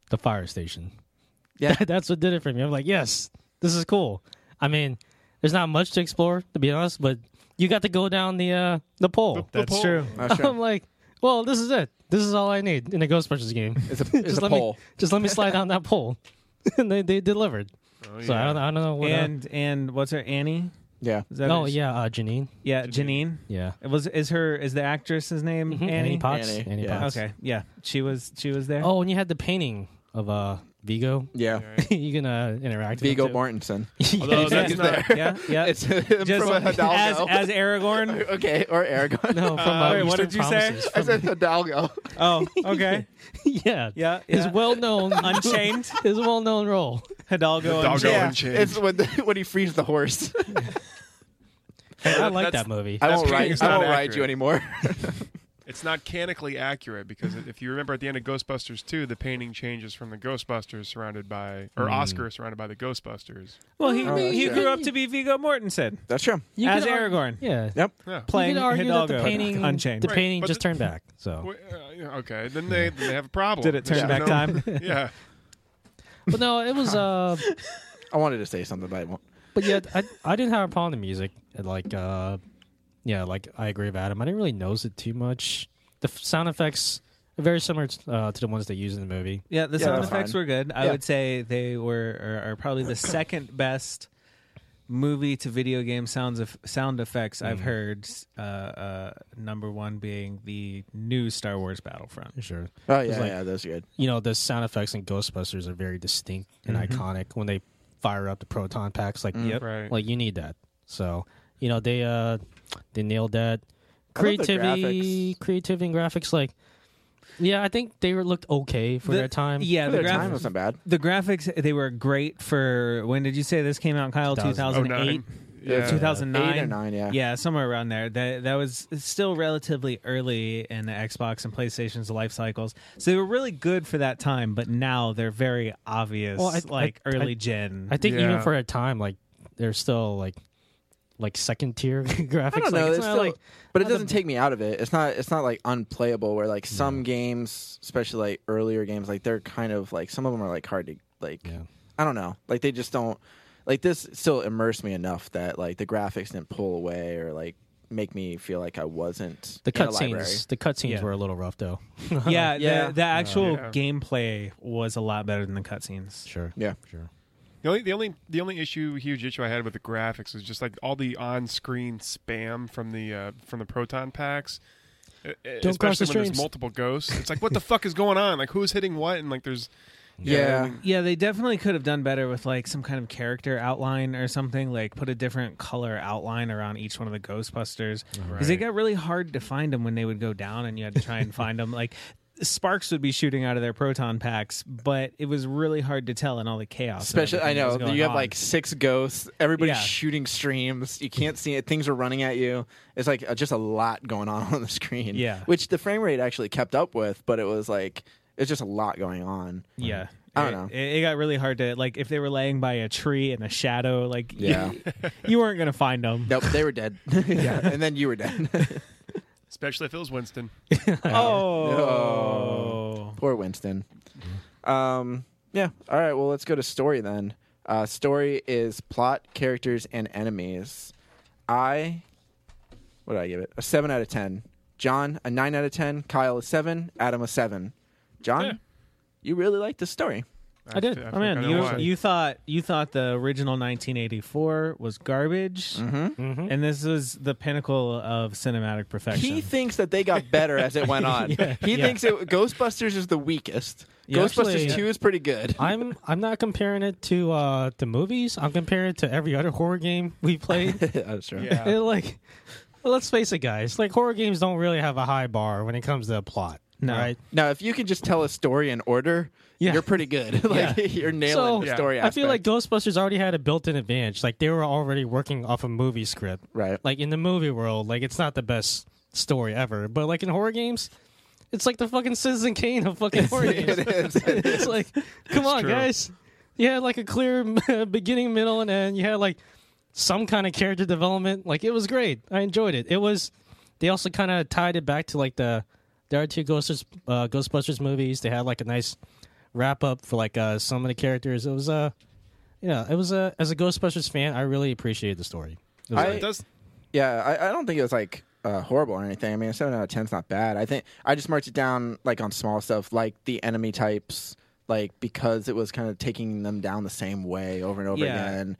C: the fire station.
E: Yeah.
C: that's what did it for me. I'm like, yes, this is cool. I mean, there's not much to explore to be honest, but you got to go down the uh, the pole.
A: The
D: That's
A: pole.
D: true.
E: Not sure.
C: I'm like, well, this is it. This is all I need in a Ghostbusters game.
E: It's a, it's a
C: let
E: poll.
C: me just let me slide down that pole, and they they delivered.
A: Oh,
C: So I
A: yeah.
C: don't I don't know what. uh,
D: And and what's her Annie?
E: Yeah.
D: Is that
C: oh
D: her-
C: yeah, uh, Janine.
D: yeah, Janine.
C: Yeah.
D: It was is her is the actress's name Annie?
C: Potts.
E: Annie,
C: Mm-hmm. Annie,
E: yeah.
C: Potts.
D: Okay, yeah, she was she was there.
C: Oh, and you had the painting of uh Vigo.
E: Yeah.
C: you can uh, interact with
E: Vigo
C: him, too.
E: Mortensen.
A: Although
D: Yeah,
A: that's
E: He's
A: not.
E: there.
D: yeah, yeah.
E: it's him
D: Just
E: from
D: as
E: Hidalgo.
D: as Aragorn.
E: okay, or Aragon.
C: No, from
D: Uh,
C: uh,
D: wait, what
C: Eastern
D: did you say?
C: Promises,
E: I
C: from-
E: said Hidalgo.
D: Oh, okay.
C: yeah,
D: Yeah,
C: His
D: yeah.
C: well known
D: Unchained.
C: His well known role.
D: Hidalgo. and-
A: Hidalgo.
E: yeah,
A: Unchained.
E: it's when, the, when he frees the horse.
C: I like
A: that's-
C: that movie.
E: I
A: That's
E: won't
A: pretty-
E: ride.
A: it's
E: I
A: not
E: won't ride you
A: accurate.
E: anymore.
A: It's not canically accurate because if you remember at the end of Ghostbusters 2, the painting changes from the Ghostbusters surrounded by, or Oscar surrounded by the Ghostbusters.
D: Well, he
E: Oh,
D: he
E: yeah.
D: grew up to be Vigo Mortensen
E: That's true.
C: You
D: as
C: could ar-
D: Aragorn.
C: Yeah.
E: Yep.
A: Yeah.
D: Playing
C: you could argue
D: Hidalgo.
C: that the painting,
D: Unchained.
C: the
A: Right,
C: painting
A: but
C: just
A: the-
C: turned back. So,
A: Well, uh, yeah, Okay, then they, then they have a problem.
D: Did it turn
A: Yeah.
D: back
A: No-
D: time?
A: Yeah.
C: but no, it was. uh
E: I wanted to say something, but I won't.
C: But yeah, I I didn't have a problem with the music. And, Like, uh yeah, like I agree with Adam. I didn't really notice it too much. The f- sound effects are very similar t- uh, to the ones they use in the movie.
D: Yeah, the
E: Yeah,
D: sound
E: that's
D: effects
E: fine.
D: were good. I
E: Yeah.
D: would say they were are, are probably the second best movie to video game sounds of sound effects I've
E: Mm.
D: heard. Uh, uh, number one being the new Star Wars Battlefront.
C: Sure.
E: Oh yeah,
C: like-
E: yeah, those are good.
C: you know the sound effects in Ghostbusters are very distinct and
E: Mm-hmm.
C: iconic when they fire up the proton packs.
E: Mm.
C: Like,
D: Yep.
A: Right.
C: like you need that. So you know they uh they nailed that
E: the
C: creativity,
E: graphics.
C: creativity and graphics. Like, yeah, I think they were looked okay for
D: The-
C: their time.
D: Yeah,
E: For
D: the
E: their time
D: graphics.
E: wasn't bad.
D: The graphics they were great for when did you say this came out, Kyle? Two
C: 2000.
D: thousand
A: Oh,
D: eight.
A: nine.
E: Yeah.
A: Yeah.
D: 2009
E: Eight or nine, yeah.
D: yeah somewhere around there that that was still relatively early in the xbox and playstation's life cycles so they were really good for that time but now they're very obvious
C: Well, I-
D: like
C: I-
D: early
C: I-
D: gen
C: I think even
A: Yeah.
C: for a time, like they're still like like second tier graphics.
E: I don't
C: like,
E: know.
C: it's
E: it's
C: not
E: still-
C: like
E: but it
C: not the-
E: doesn't take me out of it. It's not. It's not like unplayable. Where like some games, especially like earlier games, like they're kind of like some of them are like hard to like.
C: Yeah.
E: I don't know. Like they just don't. Like this still immersed me enough that like the graphics didn't pull away or like make me feel like I wasn't
C: the
E: in a library.
C: cutscenes. The cutscenes
D: Yeah.
C: were a little rough though.
D: yeah,
E: Yeah.
D: The, the actual
A: Yeah.
D: gameplay was a lot better than the cutscenes
C: sure.
E: Yeah.
C: Sure.
A: The only, the only, the only issue, huge issue I had with the graphics was just like all the on-screen spam from the uh, from the proton packs. E- e-
C: Don't
A: Especially
C: cross the
A: when there's
C: streams.
A: multiple ghosts, it's like what the fuck is going on? Like who's hitting what? And like there's
E: Yeah.
D: yeah they definitely could have done better with like some kind of character outline or something like put a different color outline around each one of the ghostbusters
E: Mm-hmm.
D: because it
A: Right.
D: got really hard to find them when they would go down and you had to try and find them like sparks would be shooting out of their proton packs but it was really hard to tell in all the chaos and
E: Especially, I
D: everything that
E: know
D: was going
E: you have
D: on.
E: like six ghosts. Everybody's
D: Yeah.
E: shooting streams. You can't see it. Things are running at you. It's like uh, just a lot going on on the screen.
D: Yeah.
E: which the frame rate actually kept up with, but it was like it's just a lot going on.
D: yeah
E: I
D: It-
E: don't know.
D: It, it got really hard to like if they were laying by a tree in a shadow, like you-
E: Yeah.
D: you weren't gonna find them.
E: Nope, they were dead. yeah, and then you were dead.
A: especially if it was Winston.
D: Oh,
E: Poor Winston. Um, yeah. All right. Well, let's go to story then. Uh, story is plot, characters, and enemies. I, what did I give it? A seven out of ten. John, a nine out of ten. Kyle, a seven. Adam, a seven. John,
A: Yeah.
E: you really like this story.
D: I did.
A: f-
D: I,
A: I
D: mean,
A: think I know
D: you
A: why.
D: you thought you thought the original 1984 was garbage,
C: Mhm.
A: Mm-hmm.
D: and this was the pinnacle of cinematic perfection.
E: He thinks that they got better as it went on. he
D: yeah.
E: thinks it, Ghostbusters is the weakest.
D: Yeah.
E: Ghostbusters
C: Actually,
E: 2 is pretty good.
C: I'm I'm not comparing it to uh, the movies. I'm comparing it to every other horror game we played.
E: I'm sure.
A: Yeah.
C: And, like, let's face it, guys. Like horror games don't really have a high bar when it comes to a plot.
D: No.
C: Right?
E: Now, if you can just tell a story in order,
C: Yeah.
E: you're pretty good. like you're nailing
C: So-
E: the
A: Yeah.
E: story.
C: I feel like
E: aspect.
C: Ghostbusters already had a built-in advantage. Like they were already working off a movie script.
E: right.
C: Like in the movie world, like it's not the best story ever, but like in horror games, it's like the fucking Citizen Kane of fucking horror games.
E: It is. It is.
C: it's like, come on,
A: true.
C: guys. You had like a clear beginning, middle, and end. You had like some kind of character development. Like it was great. I enjoyed it. It was. They also kind of tied it back to like the there are two Ghostbusters, uh, Ghostbusters movies. They had like a nice wrap up for like uh, some of the characters. It was uh, yeah, it was uh, as a Ghostbusters fan, I really appreciated the story. It was
E: I-
A: It does-
E: Yeah, I, I don't think it was like uh, horrible or anything. I mean, a seven out of ten's not bad. I think I just marked it down like on small stuff, like the enemy types, like because it was kind of taking them down the same way over and over
D: Yeah.
E: again,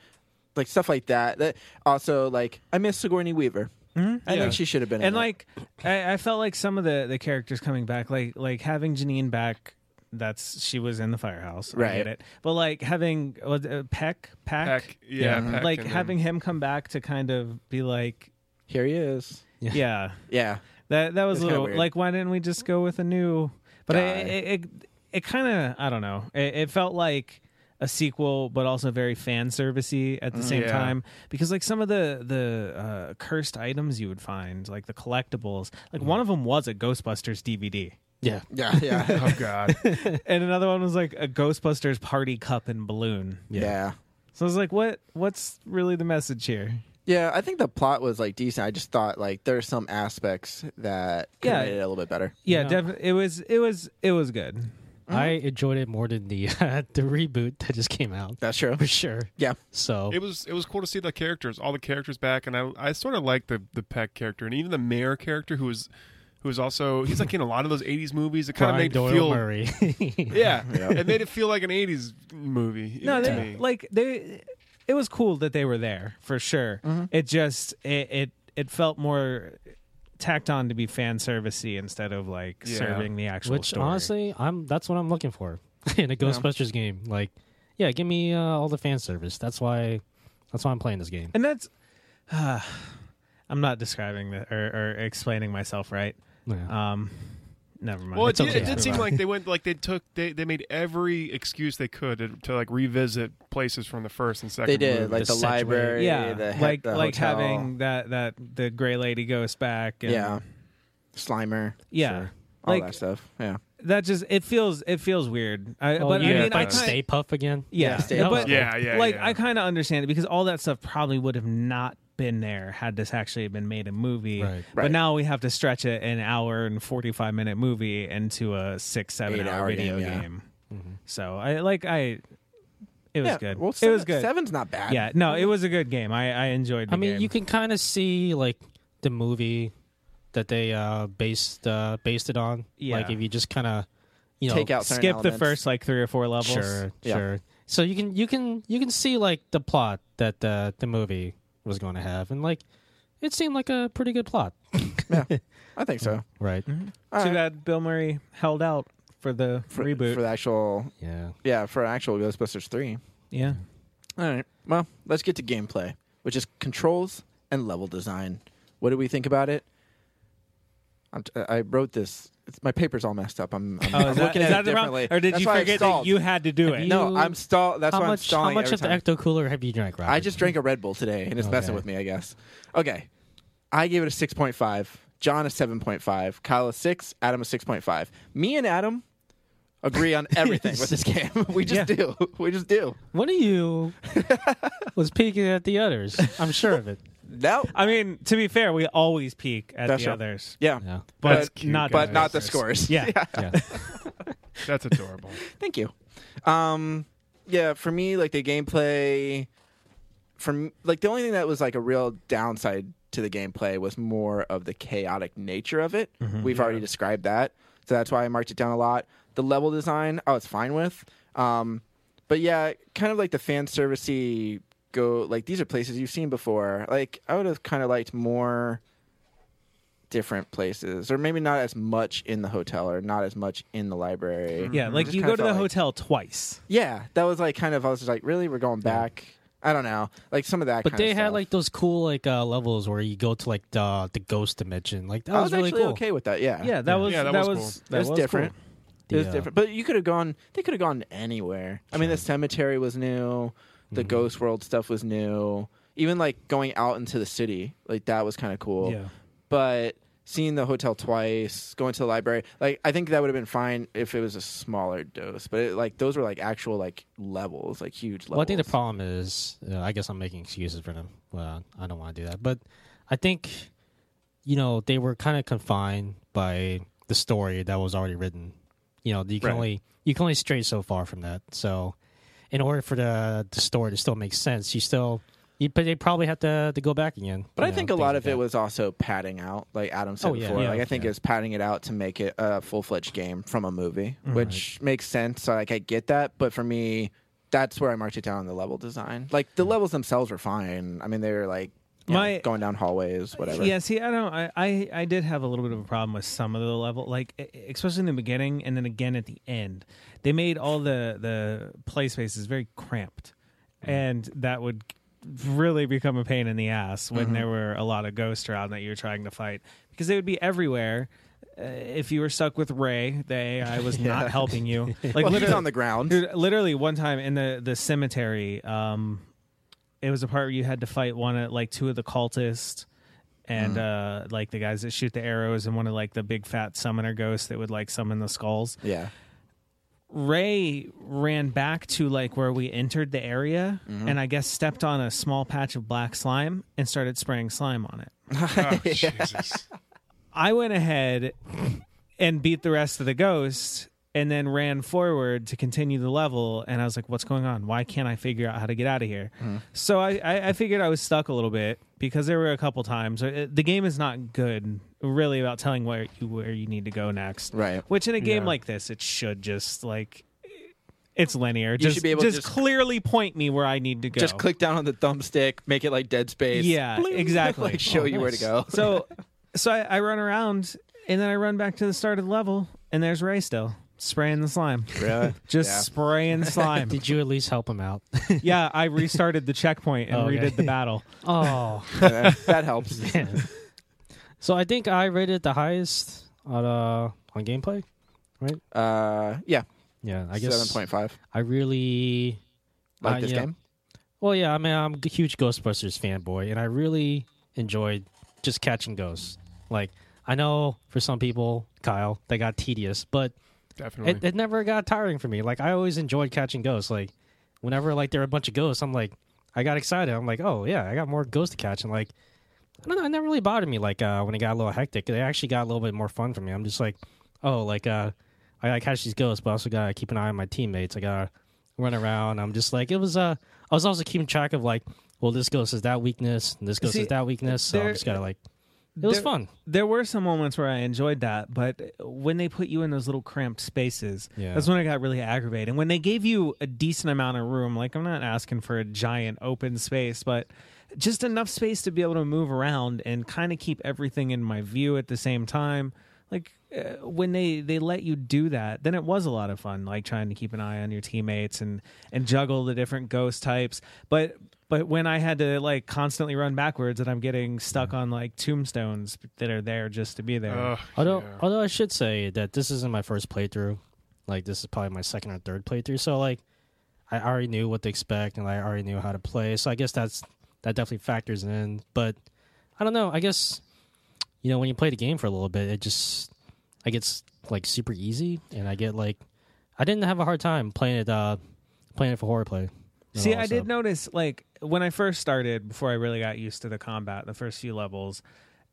E: like stuff like that. that also, like I miss Sigourney Weaver. Mm-hmm. I
D: Yeah.
E: think she should have been.
D: and
E: in it.
D: like I, I felt like some of the the characters coming back like like having janine back that's she was in the firehouse I
E: Right.
D: get it but like having was it uh, peck pack,
A: Peck, yeah, Peck
D: like
A: and
D: having him come back to kind of be like
E: here he is.
D: yeah,
E: Yeah,
D: that that was
E: It's
D: a
E: kinda
D: little
E: weird.
D: like why didn't we just go with a new but
E: Guy.
D: it it, it, it kind of i don't know it, it felt like a sequel but also very fan servicey at the same
A: yeah.
D: time because like some of the the uh, cursed items you would find like the collectibles like one of them was a ghostbusters dvd
C: yeah,
E: yeah, yeah,
A: Oh God!
D: and another one was like a ghostbusters party cup and balloon
E: yeah.
D: so i was like what what's really the message here
E: Yeah, I think the plot was like decent. I just thought like there are some aspects that could
D: Yeah.
E: have made it a little bit better.
D: yeah,
C: Yeah.
D: definitely it was it was it was good
A: Mm-hmm.
C: I enjoyed it more than the the reboot that just came out
E: That's true.
C: for sure.
E: Yeah,
C: So
A: it was it was cool to see the characters, all the characters back, and I I sort of like the the Peck character and even the mayor character who was who was also he's like in a lot of those '80s movies. It kind of
C: Brian
A: made
C: Doyle
A: it feel
C: Murray.
A: yeah, it made it feel like an '80s movie.
D: no
A: to
D: they,
A: me.
D: like they it was cool that they were there for sure
A: Mm-hmm.
D: it just it, it it felt more tacked on to be fan servicey instead of like
A: Yeah.
D: serving the actual
C: Which
D: story.
C: honestly, I'm that's what I'm looking for in a Ghostbusters game. Like, yeah, give me uh, all the fan service. That's why. That's why I'm playing this game.
D: and that's i'm not describing the, or, or explaining myself right
C: Yeah.
D: um never mind
A: Well, it,
D: It's
A: did,
D: okay.
A: it did
D: Move
A: seem
D: on.
A: like they went like they took they, they made every excuse they could to, to like revisit places from the first and second.
E: they did
A: movie.
E: like the
C: The sanctuary.
E: library.
D: yeah
E: the, he-
D: like
E: the
D: like
E: hotel.
D: having that that the gray lady ghost back and
E: yeah, Slimer,
D: yeah
C: Sure.
E: all
D: like
E: that
D: that.
E: stuff. Yeah, just
D: just it feels it feels weird I,
C: Oh,
D: but
C: you
D: i
C: gotta
D: mean I
C: fight
D: kinda-
C: Stay Puff again.
D: Yeah,
E: Yeah, stay up
D: but
E: level.
A: Yeah, yeah,
D: Like
A: yeah.
D: I kind of understand it because all that stuff probably would have not been there had this actually been made a movie.
C: Right.
E: Right.
D: But now we have to stretch a, an hour and forty five minute movie into a six seven
E: Eight
D: hour,
E: hour
D: video
E: game,
D: game.
E: yeah. Mm-hmm.
D: So I like I. It was
E: yeah.
D: good.
E: Well,
D: it
E: seven,
D: was good.
E: Seven's not bad.
D: Yeah, no, it was a good game. I I enjoyed. The
C: I mean,
D: game.
C: you can kind of see like the movie that they uh, based uh, based it on.
D: Yeah.
C: Like if you just kind of you know
E: Take out certain
D: skip the
E: elements.
D: first like three or four levels.
C: Sure,
E: Yeah.
C: sure. So you can you can you can see like the plot that uh, the movie was going to have, and like it seemed like a pretty good plot,
E: I think so.
C: right?
E: All
D: Too
E: right.
D: bad Bill Murray held out for the
E: for,
D: reboot.
E: for the actual.
C: Yeah.
E: Yeah, for actual Ghostbusters three.
D: yeah.
E: All right. Well, let's get to gameplay, which is controls and level design. What do we think about it? I'm t- I wrote this. It's, my paper's all messed up. I'm, I'm,
D: Oh,
E: I'm
D: is that,
E: looking
D: is
E: at
D: that
E: it
D: the
E: differently.
D: wrong? Or did
E: That's
D: you
E: why I
D: forget that
E: stalled.
D: you had to do
C: Have
D: it?
C: you-
E: No, I'm stalled. That's
C: how
E: why I'm
C: much
E: stalling.
C: how much
E: every
C: of the
E: time.
C: ecto cooler have you drank, Robert?
E: I just drank a Red Bull today,
D: Oh,
E: and it's messing
C: Okay.
E: with me, I guess. Okay, I gave it a six point five. John a seven point five. Kyle a six. Adam a six point five. Me and Adam agree on everything with this game. We just
D: Yeah.
E: do. We just do.
C: One of you was peeking at the others. I'm sure of it.
E: No.
D: I mean, to be fair, we always peek at
E: That's
D: the
E: true.
D: others,
E: Yeah.
C: Yeah.
D: but
E: That's
A: cute,
D: not,
E: But
A: guys.
E: not the scores.
D: Yeah.
C: Yeah.
A: that's adorable.
E: Thank you. Um, yeah, for me, like the gameplay, from like the only thing that was like a real downside to the gameplay was more of the chaotic nature of it.
D: Mm-hmm.
E: We've already described that, so that's why I marked it down a lot. The level design, I was fine with. Um, But yeah, kind of like the fan servicey go like these are places you've seen before. Like I would have kind of liked more different places or maybe not as much in the hotel or not as much in the library.
D: Yeah, like
E: Mm-hmm. Just
D: you
E: kinda
D: go to the
E: felt like-
D: hotel twice.
E: Yeah, that was like kind of I was just like really we're going back. I don't know. Like some of that
C: But
E: kinda
C: they had
E: stuff.
C: like those cool like uh, levels where you go to like the the ghost dimension. Like that
E: I
C: was,
E: was,
C: really
E: Oh, actually
C: cool.
E: okay with that. Yeah.
D: Yeah, that was
A: Yeah, that
D: that
A: was
D: was
A: cool.
D: that
E: It was different.
D: cool.
E: It was
C: The, uh,
E: different, but you could have gone. They could have gone anywhere. I mean, the cemetery was new. The
C: Mm-hmm.
E: ghost world stuff was new. Even like going out into the city, like that was kind of cool.
D: Yeah.
E: But seeing the hotel twice, going to the library, like I think that would have been fine if it was a smaller dose. But it, like those were like actual like levels, like huge levels.
C: Well, I think the problem is, uh, I guess I'm making excuses for them. Well, I don't want to do that, but I think, you know, they were kind of confined by the story that was already written. You know, you can
A: Right.
C: only you can only stray so far from that. So, in order for the the story to still make sense, you still, you, but they probably have to to go back again.
E: But
C: you
E: I
C: know,
E: think a
C: things
E: lot
C: like
E: of it
C: that.
E: was also padding out, like Adam said
C: Oh, yeah.
E: before.
C: Yeah.
E: like I think
C: Yeah.
E: it was padding it out to make it a full fledged game from a movie,
C: Mm-hmm.
E: which makes sense. So like I get that, but for me, that's where I marked it down on the level design. Like
C: Mm.
E: the levels themselves were fine. I mean, they were like you know,
D: My-
E: going down hallways, whatever.
D: Yeah, see, I don't. I, I I did have a little bit of a problem with some of the level, like e- especially in the beginning, and then again at the end. They made all the the play spaces very cramped,
E: Mm.
D: and that would really become a pain in the ass when
E: Mm-hmm.
D: there were a lot of ghosts around that you were trying to fight because they would be everywhere. Uh, if you were stuck with Ray, the AI was not helping you. Like
E: Well, he's
D: literally-
E: on the ground.
D: Dude, literally one time in the the cemetery, um, it was a part where you had to fight one of like two of the cultists and uh like the guys that shoot the arrows and one of like the big fat summoner ghosts that would like summon the skulls.
E: Yeah.
D: Ray ran back to like where we entered the area and I guess stepped on a small patch of black slime and started spraying slime on it.
A: Oh, Jesus.
D: I went ahead and beat the rest of the ghosts and then ran forward to continue the level. And I was like, what's going on? Why can't I figure out how to get out of here?
E: Mm-hmm.
D: So I, I, I figured I was stuck a little bit because there were a couple times. uh, The game is not good, really, about telling where you, where you need to go next.
E: Right.
D: Which in a game
A: Yeah.
D: like this, it should just like. It's linear.
E: should
D: just
E: be able to
D: just,
E: just-
D: clearly point me where I need to go.
E: Just click down on the thumbstick, make it like dead space.
D: Yeah,
E: Bling.
D: exactly.
E: like show
D: Oh,
E: you where to
C: nice.
E: go.
D: So, so I, I run around and then I run back to the start of the level, and there's Ray still spraying the slime,
E: Really?
D: just
E: Yeah.
D: spraying slime.
C: Did you at least help him out?
D: yeah, I restarted the checkpoint and
C: Oh, okay.
D: redid the battle.
C: oh,
E: that helps.
C: man. so I think I rated the highest on uh on gameplay.
E: Uh, yeah.
C: Yeah, I guess
E: Seven point five.
C: I really
E: Like
C: Uh,
E: this
C: yeah.
E: game.
C: Well, yeah, I mean, I'm a huge Ghostbusters fanboy, and I really enjoyed just catching ghosts. Like, I know for some people, Kyle, they got tedious, but
A: Definitely.
C: it, it never got tiring for me. Like, I always enjoyed catching ghosts. Like, whenever like there were a bunch of ghosts, I'm like, I got excited. I'm like, oh yeah, I got more ghosts to catch, and like, I don't know, it never really bothered me. Like, uh, when it got a little hectic, it actually got a little bit more fun for me. I'm just like, oh, like, uh, I gotta catch these ghosts, but I also gotta keep an eye on my teammates. I gotta run around. I'm just like, it was. Uh, I was also keeping track of like, well, this ghost is that weakness, and this ghost
D: See,
C: is that weakness. So
D: there-
C: I'm just gotta like, it was
D: there-
C: fun.
D: There were some moments where I enjoyed that, but when they put you in those little cramped spaces,
C: Yeah.
D: that's when I got really aggravated. When they gave you a decent amount of room, like I'm not asking for a giant open space, but just enough space to be able to move around and kind of keep everything in my view at the same time. Like uh, when they they let you do that, then it was a lot of fun. Like trying to keep an eye on your teammates and and juggle the different ghost types, but. But when I had to like constantly run backwards and I'm getting stuck on like tombstones that are there just to be there.
A: Ugh,
C: Although,
A: yeah.
C: although I should say that this isn't my first playthrough. Like this is probably my second or third playthrough. So like, I already knew what to expect and I already knew how to play. So I guess that's that definitely factors in. But I don't know. I guess you know when you play the game for a little bit, it just I get s- like super easy and I get like I didn't have a hard time playing it. uh Playing it for horror play. at
D: See,
C: all,
D: I
C: so-
D: did notice like when I first started, before I really got used to the combat, the first few levels,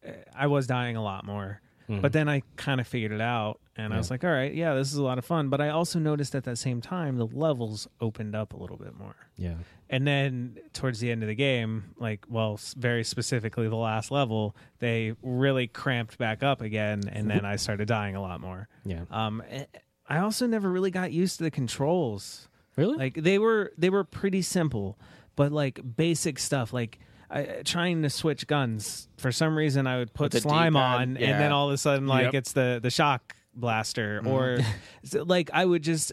D: eh, I was dying a lot more. But then I kind of figured it out, and I was like, "All right, yeah, this is a lot of fun." But I also noticed at that same time the levels opened up a little bit more.
C: Yeah.
D: And then towards the end of the game, like, well, s- very specifically the last level, they really cramped back up again, and then I started dying a lot more.
C: Yeah.
D: Um, eh, I also never really got used to the controls.
C: Really?
D: Like they were they were pretty simple, but like basic stuff like I, trying to switch guns. For some reason, I would put
E: With the
D: slime on,
E: D-pad, yeah. Mm-hmm.
D: and then all of a sudden, like
A: Yep.
D: it's the the shock blaster, or so, like I would just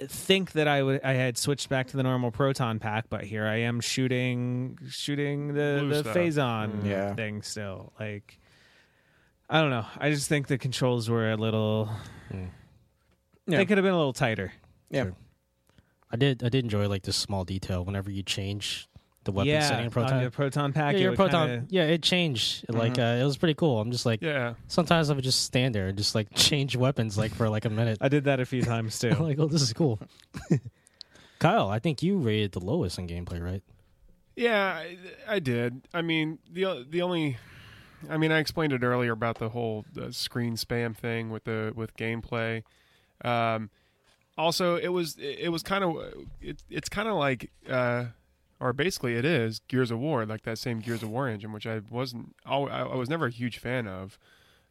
D: think that I would I had switched back to the normal proton pack, but here I am shooting shooting the
A: Blue
D: the
A: stuff.
D: phazon
E: Yeah.
D: thing still. Like I don't know. I just think the controls were a little.
E: Mm. Yeah.
D: They could have been a little tighter.
E: Yeah.
C: I did. I did enjoy like this small detail. Whenever you change the weapon
D: yeah, oh,
C: setting, in
D: on
C: proton.
D: your proton pack.
C: yeah,
D: it
C: your
D: would
C: proton.
D: kinda-
C: Yeah, it changed. Like uh, it was pretty cool. I'm just like
A: Yeah.
C: sometimes I would just stand there and just like change weapons like for like a minute.
D: I did that a few times too.
C: I'm like, oh, this is cool. Kyle, I think you rated the lowest in gameplay, right?
A: Yeah, I, I did. I mean, the the only, I mean, I explained it earlier about the whole uh, screen spam thing with the with gameplay. Um, also, it was it was kind of it, it's kind of like, uh, or basically, it is Gears of War, like that same Gears of War engine, which I wasn't. al- I I was never a huge fan of.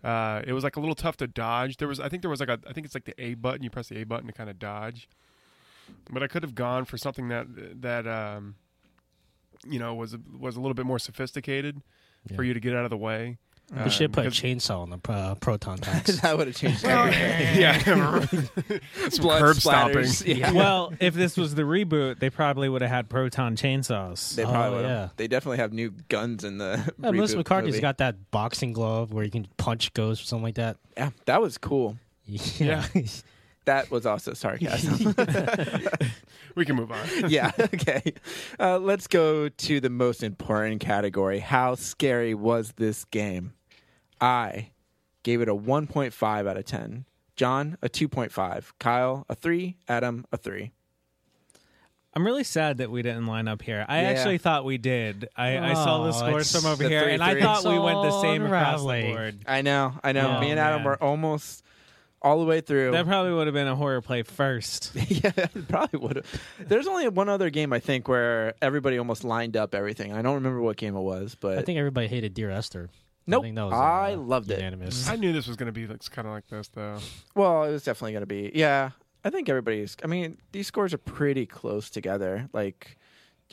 A: Uh, it was like a little tough to dodge. There was, I think, there was like a, I think it's like the A button. You press the A button to kind of dodge. But I could have gone for something that that um, you know was was a little bit more sophisticated for
C: Yeah.
A: you to get out of the way.
C: we should put a
A: because-
C: chainsaw on the pro- uh, proton packs.
E: Uh, that would have changed everything.
A: yeah, some
E: Blood
A: curb stopping.
E: splatters. Yeah.
D: well, if this was the reboot, they probably would have had proton chainsaws.
E: They
C: Oh,
E: probably would
C: yeah.
E: have They definitely have new guns in the.
C: yeah, Uh, Melissa
E: reboot
C: McCarthy's
E: movie.
C: got that boxing glove where you can punch ghosts or something like that.
E: Yeah, that was cool.
C: Yeah.
E: That was also sarcasm.
A: We can move on.
E: yeah. Okay. Uh, let's go to the most important category. How scary was this game? I gave it a 1.5 out of 10. John, a 2.5. Kyle, a 3. Adam, a 3.
D: I'm really sad that we didn't line up here. I
E: Yeah.
D: actually thought we did. I, I saw the
C: Oh,
D: scores
C: it's
D: from over
E: the
D: here,
E: three,
D: and I
E: three.
D: thought
C: It's
D: we went the
C: all
D: same across the
C: unraveling.
D: board.
E: I know. I know.
C: Oh,
D: Yeah.
E: Me and Adam
D: Man.
E: were almost all the way through.
D: That probably would have been a horror play first.
E: yeah, it probably would have. There's only one other game I think where everybody almost lined up everything. I don't remember what game it was, but
C: I think everybody hated Dear Esther.
E: Nope.
C: I, think that was,
E: I
C: uh,
E: loved it.
C: unanimous.
A: I knew this was going to be like kind of like this though.
E: Well, it was definitely going to be. Yeah, I think everybody's. I mean, these scores are pretty close together. Like,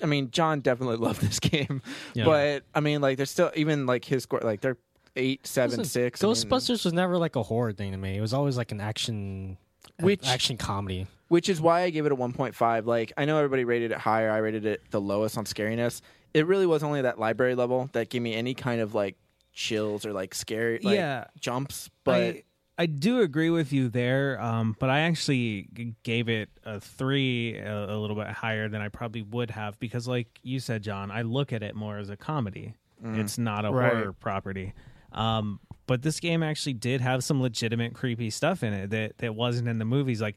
E: I mean, John definitely loved this game,
C: Yeah.
E: but I mean, like, there's still even like his score. Like, they're eight, seven,
C: Listen,
E: six. I mean,
C: Ghostbusters was never like a horror thing to me. It was always like an action,
E: Which-
C: action comedy.
E: which is why I gave it a 1.5. Like, I know everybody rated it higher. I rated it the lowest on scariness. It really was only that library level that gave me any kind of like chills or like scary, like,
D: Yeah.
E: jumps. But
D: I, I do agree with you there, um, but I actually g- gave it a three, a, a little bit higher than I probably would have because, like you said, John, I look at it more as a comedy. It's not a
A: Right.
D: horror property. Um, but this game actually did have some legitimate creepy stuff in it that that wasn't in the movies. Like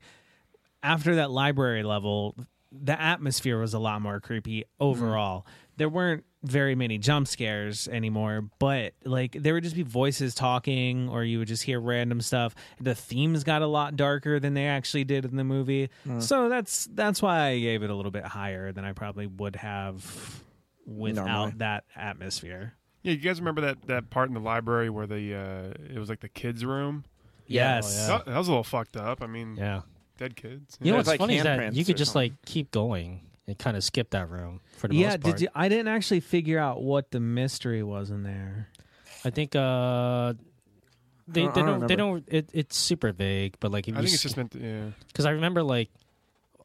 D: after that library level, the atmosphere was a lot more creepy overall. There weren't very many jump scares anymore, but like there would just be voices talking or you would just hear random stuff. The themes got a lot darker than they actually did in the movie.
C: Mm.
D: So that's that's why I gave it a little bit higher than I probably would have without
E: Normally.
D: that atmosphere.
A: Yeah, you guys remember that that part in the library where the uh, it was like the kids' room?
C: Yeah,
D: Yes.
C: oh,
A: That, that was a little fucked up. I mean,
C: Yeah.
A: dead kids.
C: You know
E: There's,
C: what's
E: like,
C: funny is that
E: handprints
C: you could
E: or
C: just like keep going and kind of skip that room for the
D: Yeah,
C: most part.
D: did you I didn't actually figure out what the mystery was in there.
C: I think uh, they
E: I
C: they
E: don't
C: don't they don't it, it's super vague, but like if
A: I think
C: you
A: it's just meant. To, yeah,
C: because I remember like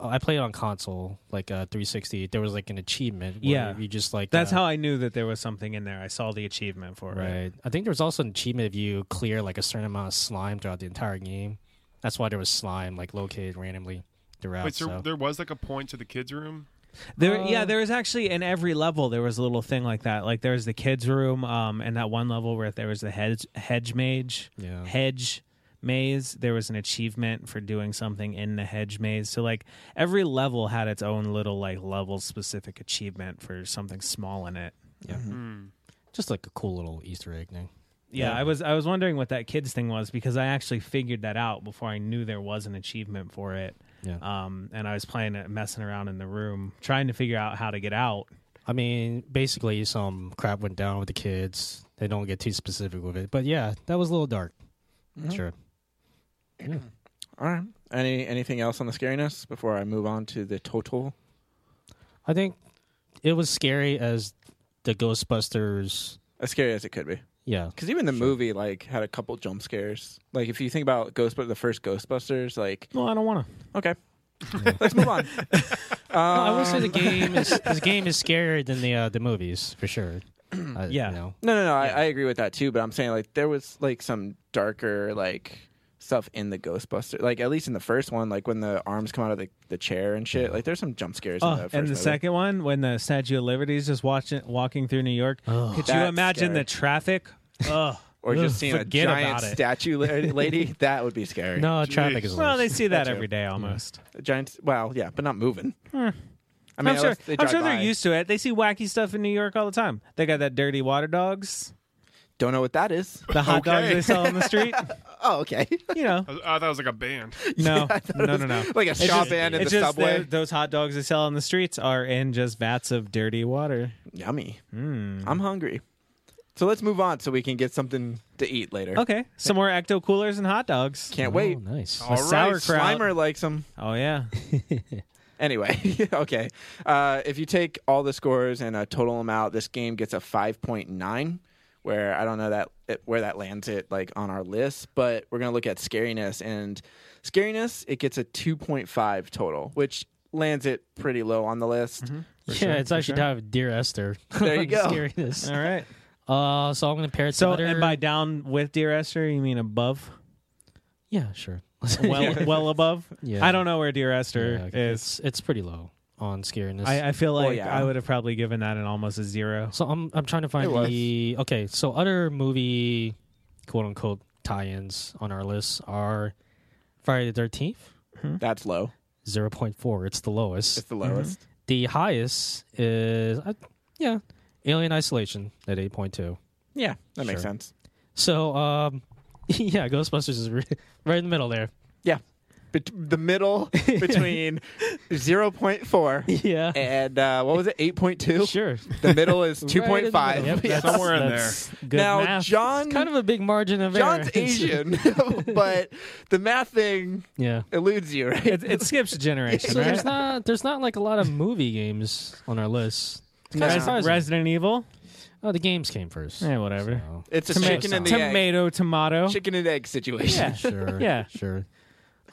C: I played on console like uh 360. There was like an achievement. Where
D: Yeah.
C: you just like
D: That's
C: uh,
D: how I knew that there was something in there. I saw the achievement for it.
C: Right. I think there was also an achievement if you clear like a certain amount of slime throughout the entire game. That's why there was slime like located randomly throughout.
A: wait, so,
C: so.
A: there was like a point to the kids' room.
D: There,
C: Uh,
D: yeah, there was actually in every level there was a little thing like that. Like there was the kids' room, um, and that one level where there was the hedge hedge mage,
C: Yeah.
D: hedge maze. There was an achievement for doing something in the hedge maze. So like every level had its own little like level specific achievement for something small in it.
C: just like a cool little Easter egg thing.
D: Yeah, I was I was wondering what that kids thing was because I actually figured that out before I knew there was an achievement for it.
C: Yeah.
D: Um, and I was playing it, messing around in the room, trying to figure out how to get out.
C: I mean, basically, some crap went down with the kids. They don't get too
D: Mm-hmm.
C: specific with it, but yeah, that was a little dark. Sure.
E: all right, Any anything else on the scariness before I move on to the total?
C: I think it was scary as the Ghostbusters.
E: As scary as it could be,
C: Yeah,
E: because even the movie like had a couple jump scares. Like if you think about Ghostbusters, the first Ghostbusters, like
D: No, I don't want to.
E: okay, let's move on. Um,
C: No, I will say the game is this game is scarier than the uh, the movies for sure. I,
D: Yeah.
C: you know.
E: No, no, no. I, I agree with that too. But I'm saying like there was like some darker like stuff in the Ghostbuster. Like at least in the first one, like when the arms come out of the, the chair and shit. Like there's some jump scares. in
D: Oh,
E: that first
D: and the
E: movie.
D: second one, when the Statue of Liberty is just watching, walking through New York, could you
E: That's
D: imagine
E: scary.
D: the traffic? Ugh.
E: or
D: Ugh,
E: just seeing a
D: forget
E: giant
D: about it.
E: statue la- lady. that would be scary.
C: No, traffic is.
D: Well, they
C: worse.
D: see that
E: That's
D: every day almost.
E: a giant. Well, yeah, but not moving. I mean,
D: Hmm. I'm sure.
E: unless they
D: I'm
E: drive
D: sure they're
E: by.
D: used to it. They see wacky stuff in New York all the time. They got that dirty water dogs,
E: Don't know what that is.
D: the hot dogs
A: Okay.
D: they sell on the street.
E: Oh, okay.
D: You know,
A: I thought it was like a band.
D: no, no, no, no.
E: like a
D: It's
E: shop
D: just-
E: band in the
D: it's just
E: subway.
D: the- those hot dogs they sell on the streets are in just vats of dirty water.
E: Yummy.
D: Hmm.
E: I'm hungry. So let's move on so we can get something to eat later.
D: Okay, some more ecto coolers and hot dogs.
E: Can't
C: Oh,
E: wait.
C: nice.
A: All right,
D: sauerkraut.
E: Slimer likes them.
D: Oh yeah,
E: Anyway, okay. Uh, if you take all the scores and uh, total them out, this game gets a five point nine. Where I don't know that it, where that lands it like on our list, but we're gonna look at scariness and scariness. It gets a two point five total, which lands it pretty low on the list.
C: Yeah,
D: sure,
C: it's
D: for
C: actually
D: sure.
C: kind of Dear Esther.
E: There you go.
C: Scariness.
D: all right.
C: Uh, so I'm gonna pair it
D: So
C: to better.
D: and by down with dear Esther, you mean above?
C: yeah, sure.
D: Well, well above.
C: Yeah.
D: I don't know where dear Esther
C: Yeah,
D: is.
C: it's it's pretty low on scariness.
D: I, I feel like
E: yeah.
D: I would have probably given that an almost a zero.
C: so I'm I'm trying to
E: It
C: find
E: was.
C: the okay. So other movie quote unquote tie-ins on our list are Friday the Thirteenth,
E: That's low.
C: zero point four. It's the lowest.
E: It's the lowest.
C: The highest is uh, yeah, Alien Isolation at eight point two.
E: Yeah, that makes
C: Sure.
E: sense.
C: So um, yeah, Ghostbusters is re- right in the middle there.
E: Yeah, Bet- the middle between zero point four
C: Yeah,
E: and uh, what was it eight point two?
C: sure.
E: The middle is
C: Right
E: two
C: in the
E: point five.
C: middle. Yep,
A: Somewhere in
D: That's good
E: Now,
D: math.
E: John,
C: It's kind of a big margin of
E: John's
C: error.
E: Asian, but the math thing
C: yeah.
E: eludes you, right?
D: it, it skips a generation,
C: So
D: right?
C: there's not there's not like a lot of movie games on our list.
E: No.
C: That's surprising.
D: Resident Evil.
C: oh, the games came first.
D: Yeah, Eh, whatever.
C: So,
E: It's a
C: Tomato
E: chicken and the
C: sauce.
E: egg,
D: Tomato, tomato.
E: chicken and egg situation.
D: Yeah.
C: sure.
D: Yeah.
C: Sure.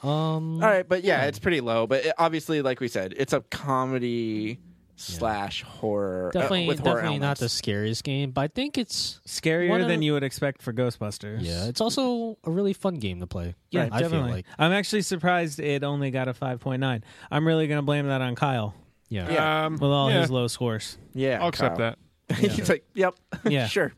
C: Um.
E: All right, uh, but yeah, it's pretty low. But it, obviously, like we said, it's a comedy slash horror, uh,
C: Definitely,
E: with horror
C: definitely not
E: elements.
C: the scariest game, but I think it's
D: Scarier
C: One of
D: than
C: the-
D: you would expect for Ghostbusters.
C: yeah, it's also a really fun game to play.
D: Yeah,
C: I
D: definitely.
C: feel like
D: I'm actually surprised it only got a 5.9. I'm really going to blame that on Kyle
C: yeah.
E: Yeah.
A: Um,
D: with all
A: yeah,
D: his low scores.
E: Yeah,
A: I'll accept
E: Kyle.
A: that.
E: He's like, "Yep,
D: Yeah.
E: sure,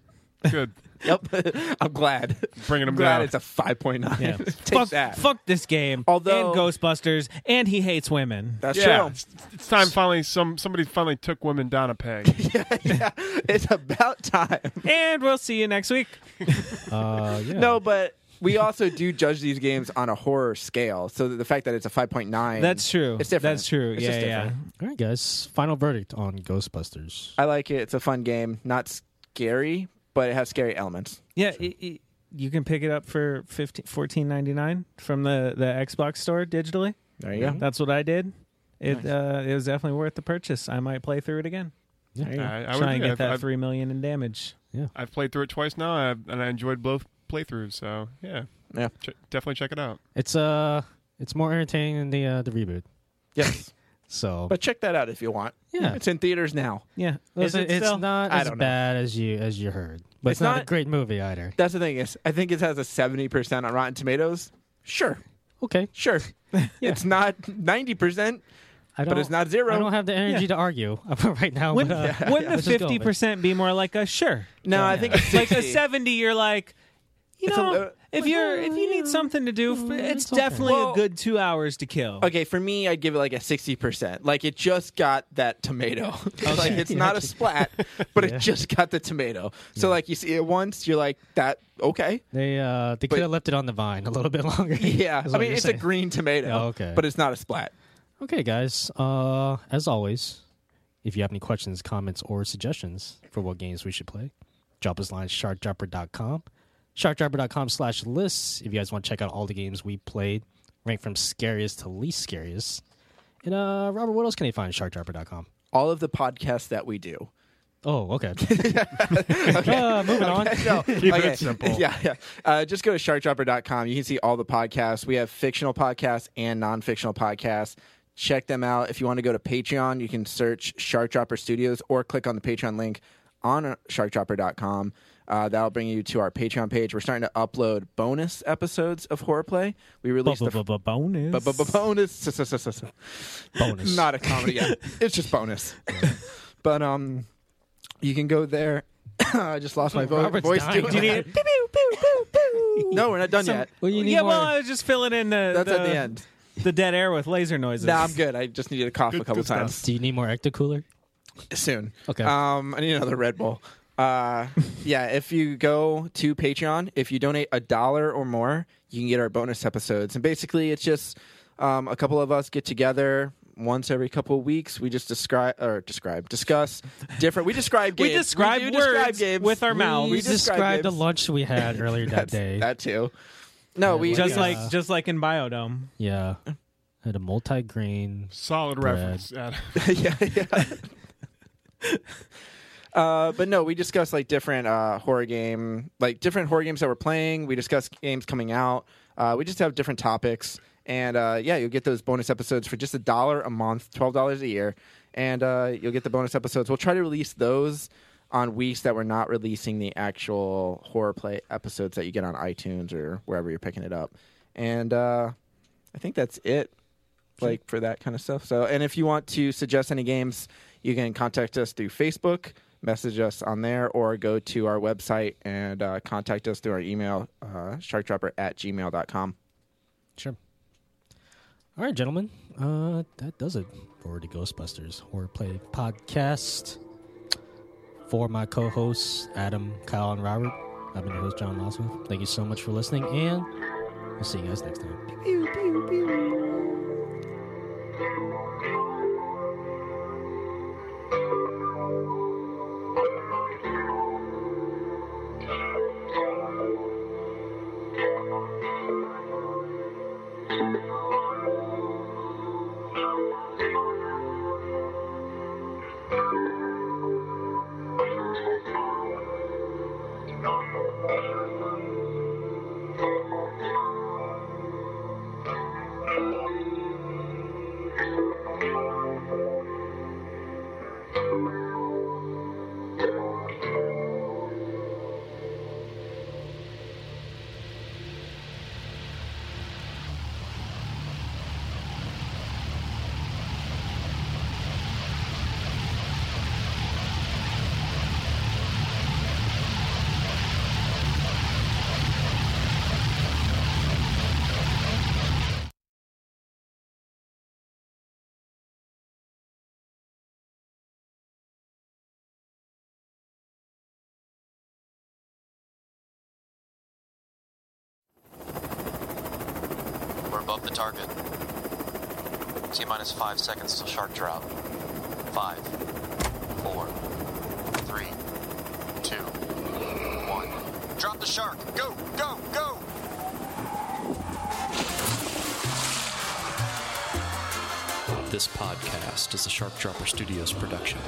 A: Good.
E: yep." I'm glad.
A: Bringing
E: I'm
A: them
E: glad
A: down.
E: it's a 5.9.
D: Yeah.
E: Take
D: fuck,
E: that.
D: fuck this game.
E: Although-
D: and Ghostbusters, and he hates women.
E: That's
A: yeah,
E: true.
A: it's, it's time finally. Some somebody finally took women down a peg.
E: yeah, it's about time.
D: and we'll see you next week.
C: Uh, yeah.
E: No, but we also do judge these games on a horror scale. So the fact that it's a 5.9.
D: That's true.
E: It's different.
D: That's true.
E: It's
D: yeah,
E: just
D: yeah.
E: different.
C: All right, guys. Final verdict on Ghostbusters.
E: I like it. It's a fun game. Not scary, but it has scary elements.
D: Yeah, it, it- you can pick it up for 15 14.99 from the the Xbox store digitally.
E: There you go.
D: That's what I did. It uh, it was definitely worth the purchase. I might play through it again.
A: I, I
D: Try
A: would
D: and
A: do
D: get that
A: I've,
D: three million in damage.
A: I've, I've played through it twice now, I've, and I enjoyed both playthroughs. So yeah,
E: Yeah.
A: Ch- definitely check it out.
C: It's uh, it's more entertaining than the uh, the reboot.
E: Yes.
C: So,
E: but check that out if you want.
C: Yeah.
E: It's in theaters now.
D: Yeah,
C: Listen, it's not
E: I
C: as
E: don't know.
C: bad as you as you heard, but
E: It's
C: it's, not, a
E: not-
C: great movie either.
E: That's the thing is, I think it has a 70% on Rotten Tomatoes. Sure.
C: Okay,
E: Sure. It's not 90%,
C: I don't.
E: but it's not
C: I don't
E: zero.
C: have the energy
D: Yeah.
C: to argue right now.
D: Wouldn't,
C: but, uh,
D: wouldn't
C: let's
D: a
C: just go with
D: fifty
C: it.
D: percent be more like a sure?
E: No, I think it's
D: like a
E: 60.
D: seventy, you're like, you
E: It's a
D: know,
E: little-
D: if you're if you need something to do, f- Oh, it's,
C: it's okay.
D: definitely
E: Well-
D: a good two hours to kill.
E: Okay, for me, I'd give it like a sixty percent. Like it just got that tomato. like it's not a splat, but it just got the tomato. So like you see it once, you're like that. Okay,
C: They uh, they
E: But-
C: could have left it on the vine a little bit longer.
E: yeah.
C: is
E: I
C: what
E: mean,
C: you're
E: it's a
C: saying.
E: green tomato.
C: Oh, okay.
E: but it's not a splat.
C: Okay, guys. Uh, as always, if you have any questions, comments, or suggestions for what games we should play, drop us a line at sharkdropper.com. Sharkdropper.com slash lists if you guys want to check out all the games we played ranked from scariest to least scariest. And uh, Robert, what else can they find at sharkdropper.com?
E: All of the podcasts that we do.
C: Oh, okay. Uh, moving on.
E: no,
A: Keep it simple.
E: Yeah, yeah. Uh, just go to sharkdropper.com. You can see all the podcasts. We have fictional podcasts and non fictional podcasts. Check them out. If you want to go to Patreon, you can search Shark Dropper Studios or click on the Patreon link on sharkdropper.com. Uh, that'll bring you to our Patreon page. We're starting to upload bonus episodes of horror play. We released the
D: Bonus.
E: bu- bu- bu- bonus.
C: Bonus.
E: Not a comedy. Yeah, it's just bonus. but um, you can go there. I just lost my vo-
D: Robert's
E: voice.
D: dying.
E: doing
D: Do you
E: that.
D: need- Pew, pew, pew, pew, pew.
E: No, we're not done yet.
C: Well, you need
D: yeah,
C: more.
D: well, I was just filling in the
E: That's
D: the,
E: at the end.
D: the dead air with laser noises.
E: No, I'm good. I just needed to cough a
A: Good-
E: couple
A: good stuff.
E: times
C: Do you need more Ecto Cooler?
E: soon.
C: Okay.
E: Um, I need another Red Bull. Uh, yeah. If you go to Patreon, if you donate a dollar or more, you can get our bonus episodes. And basically, it's just um, a couple of us get together once every couple of weeks. We just describe or describe discuss different. We describe
D: We
E: games.
D: describe
E: do
D: words
E: games.
D: with our mouths.
E: We
C: We described the
E: games.
C: lunch we had earlier that day.
E: That too. No, we
D: just
C: Yeah.
D: like just like in Biodome.
C: Yeah. Had a multi grain.
A: Solid
C: Brad.
A: reference. Adam.
E: yeah, yeah. Uh, but no, we discuss like different uh, horror game, like different horror games that we're playing. We discuss games coming out. Uh, we just have different topics, and uh, yeah, you'll get those bonus episodes for just a dollar a month, twelve dollars a year, and uh, you'll get the bonus episodes. We'll try to release those on weeks that we're not releasing the actual horror play episodes that you get on iTunes or wherever you're picking it up. And uh, I think that's it like for that kind of stuff. So, and if you want to suggest any games, you can contact us through Facebook, message us on there, or go to our website and uh, contact us through our email, uh, sharkdropper at gmail.com.
C: Sure. All right, gentlemen. Uh, that does it for the Ghostbusters Horror Play Podcast. For my co hosts, Adam, Kyle, and Robert, I've been your host, John Loswell. Thank you so much for listening, and we'll see you guys next time.
F: We're above the target. T minus five seconds till shark drop. Five, four, three, two, one. Drop the shark. Go, go, go.
G: This podcast is a Shark Dropper Studios production.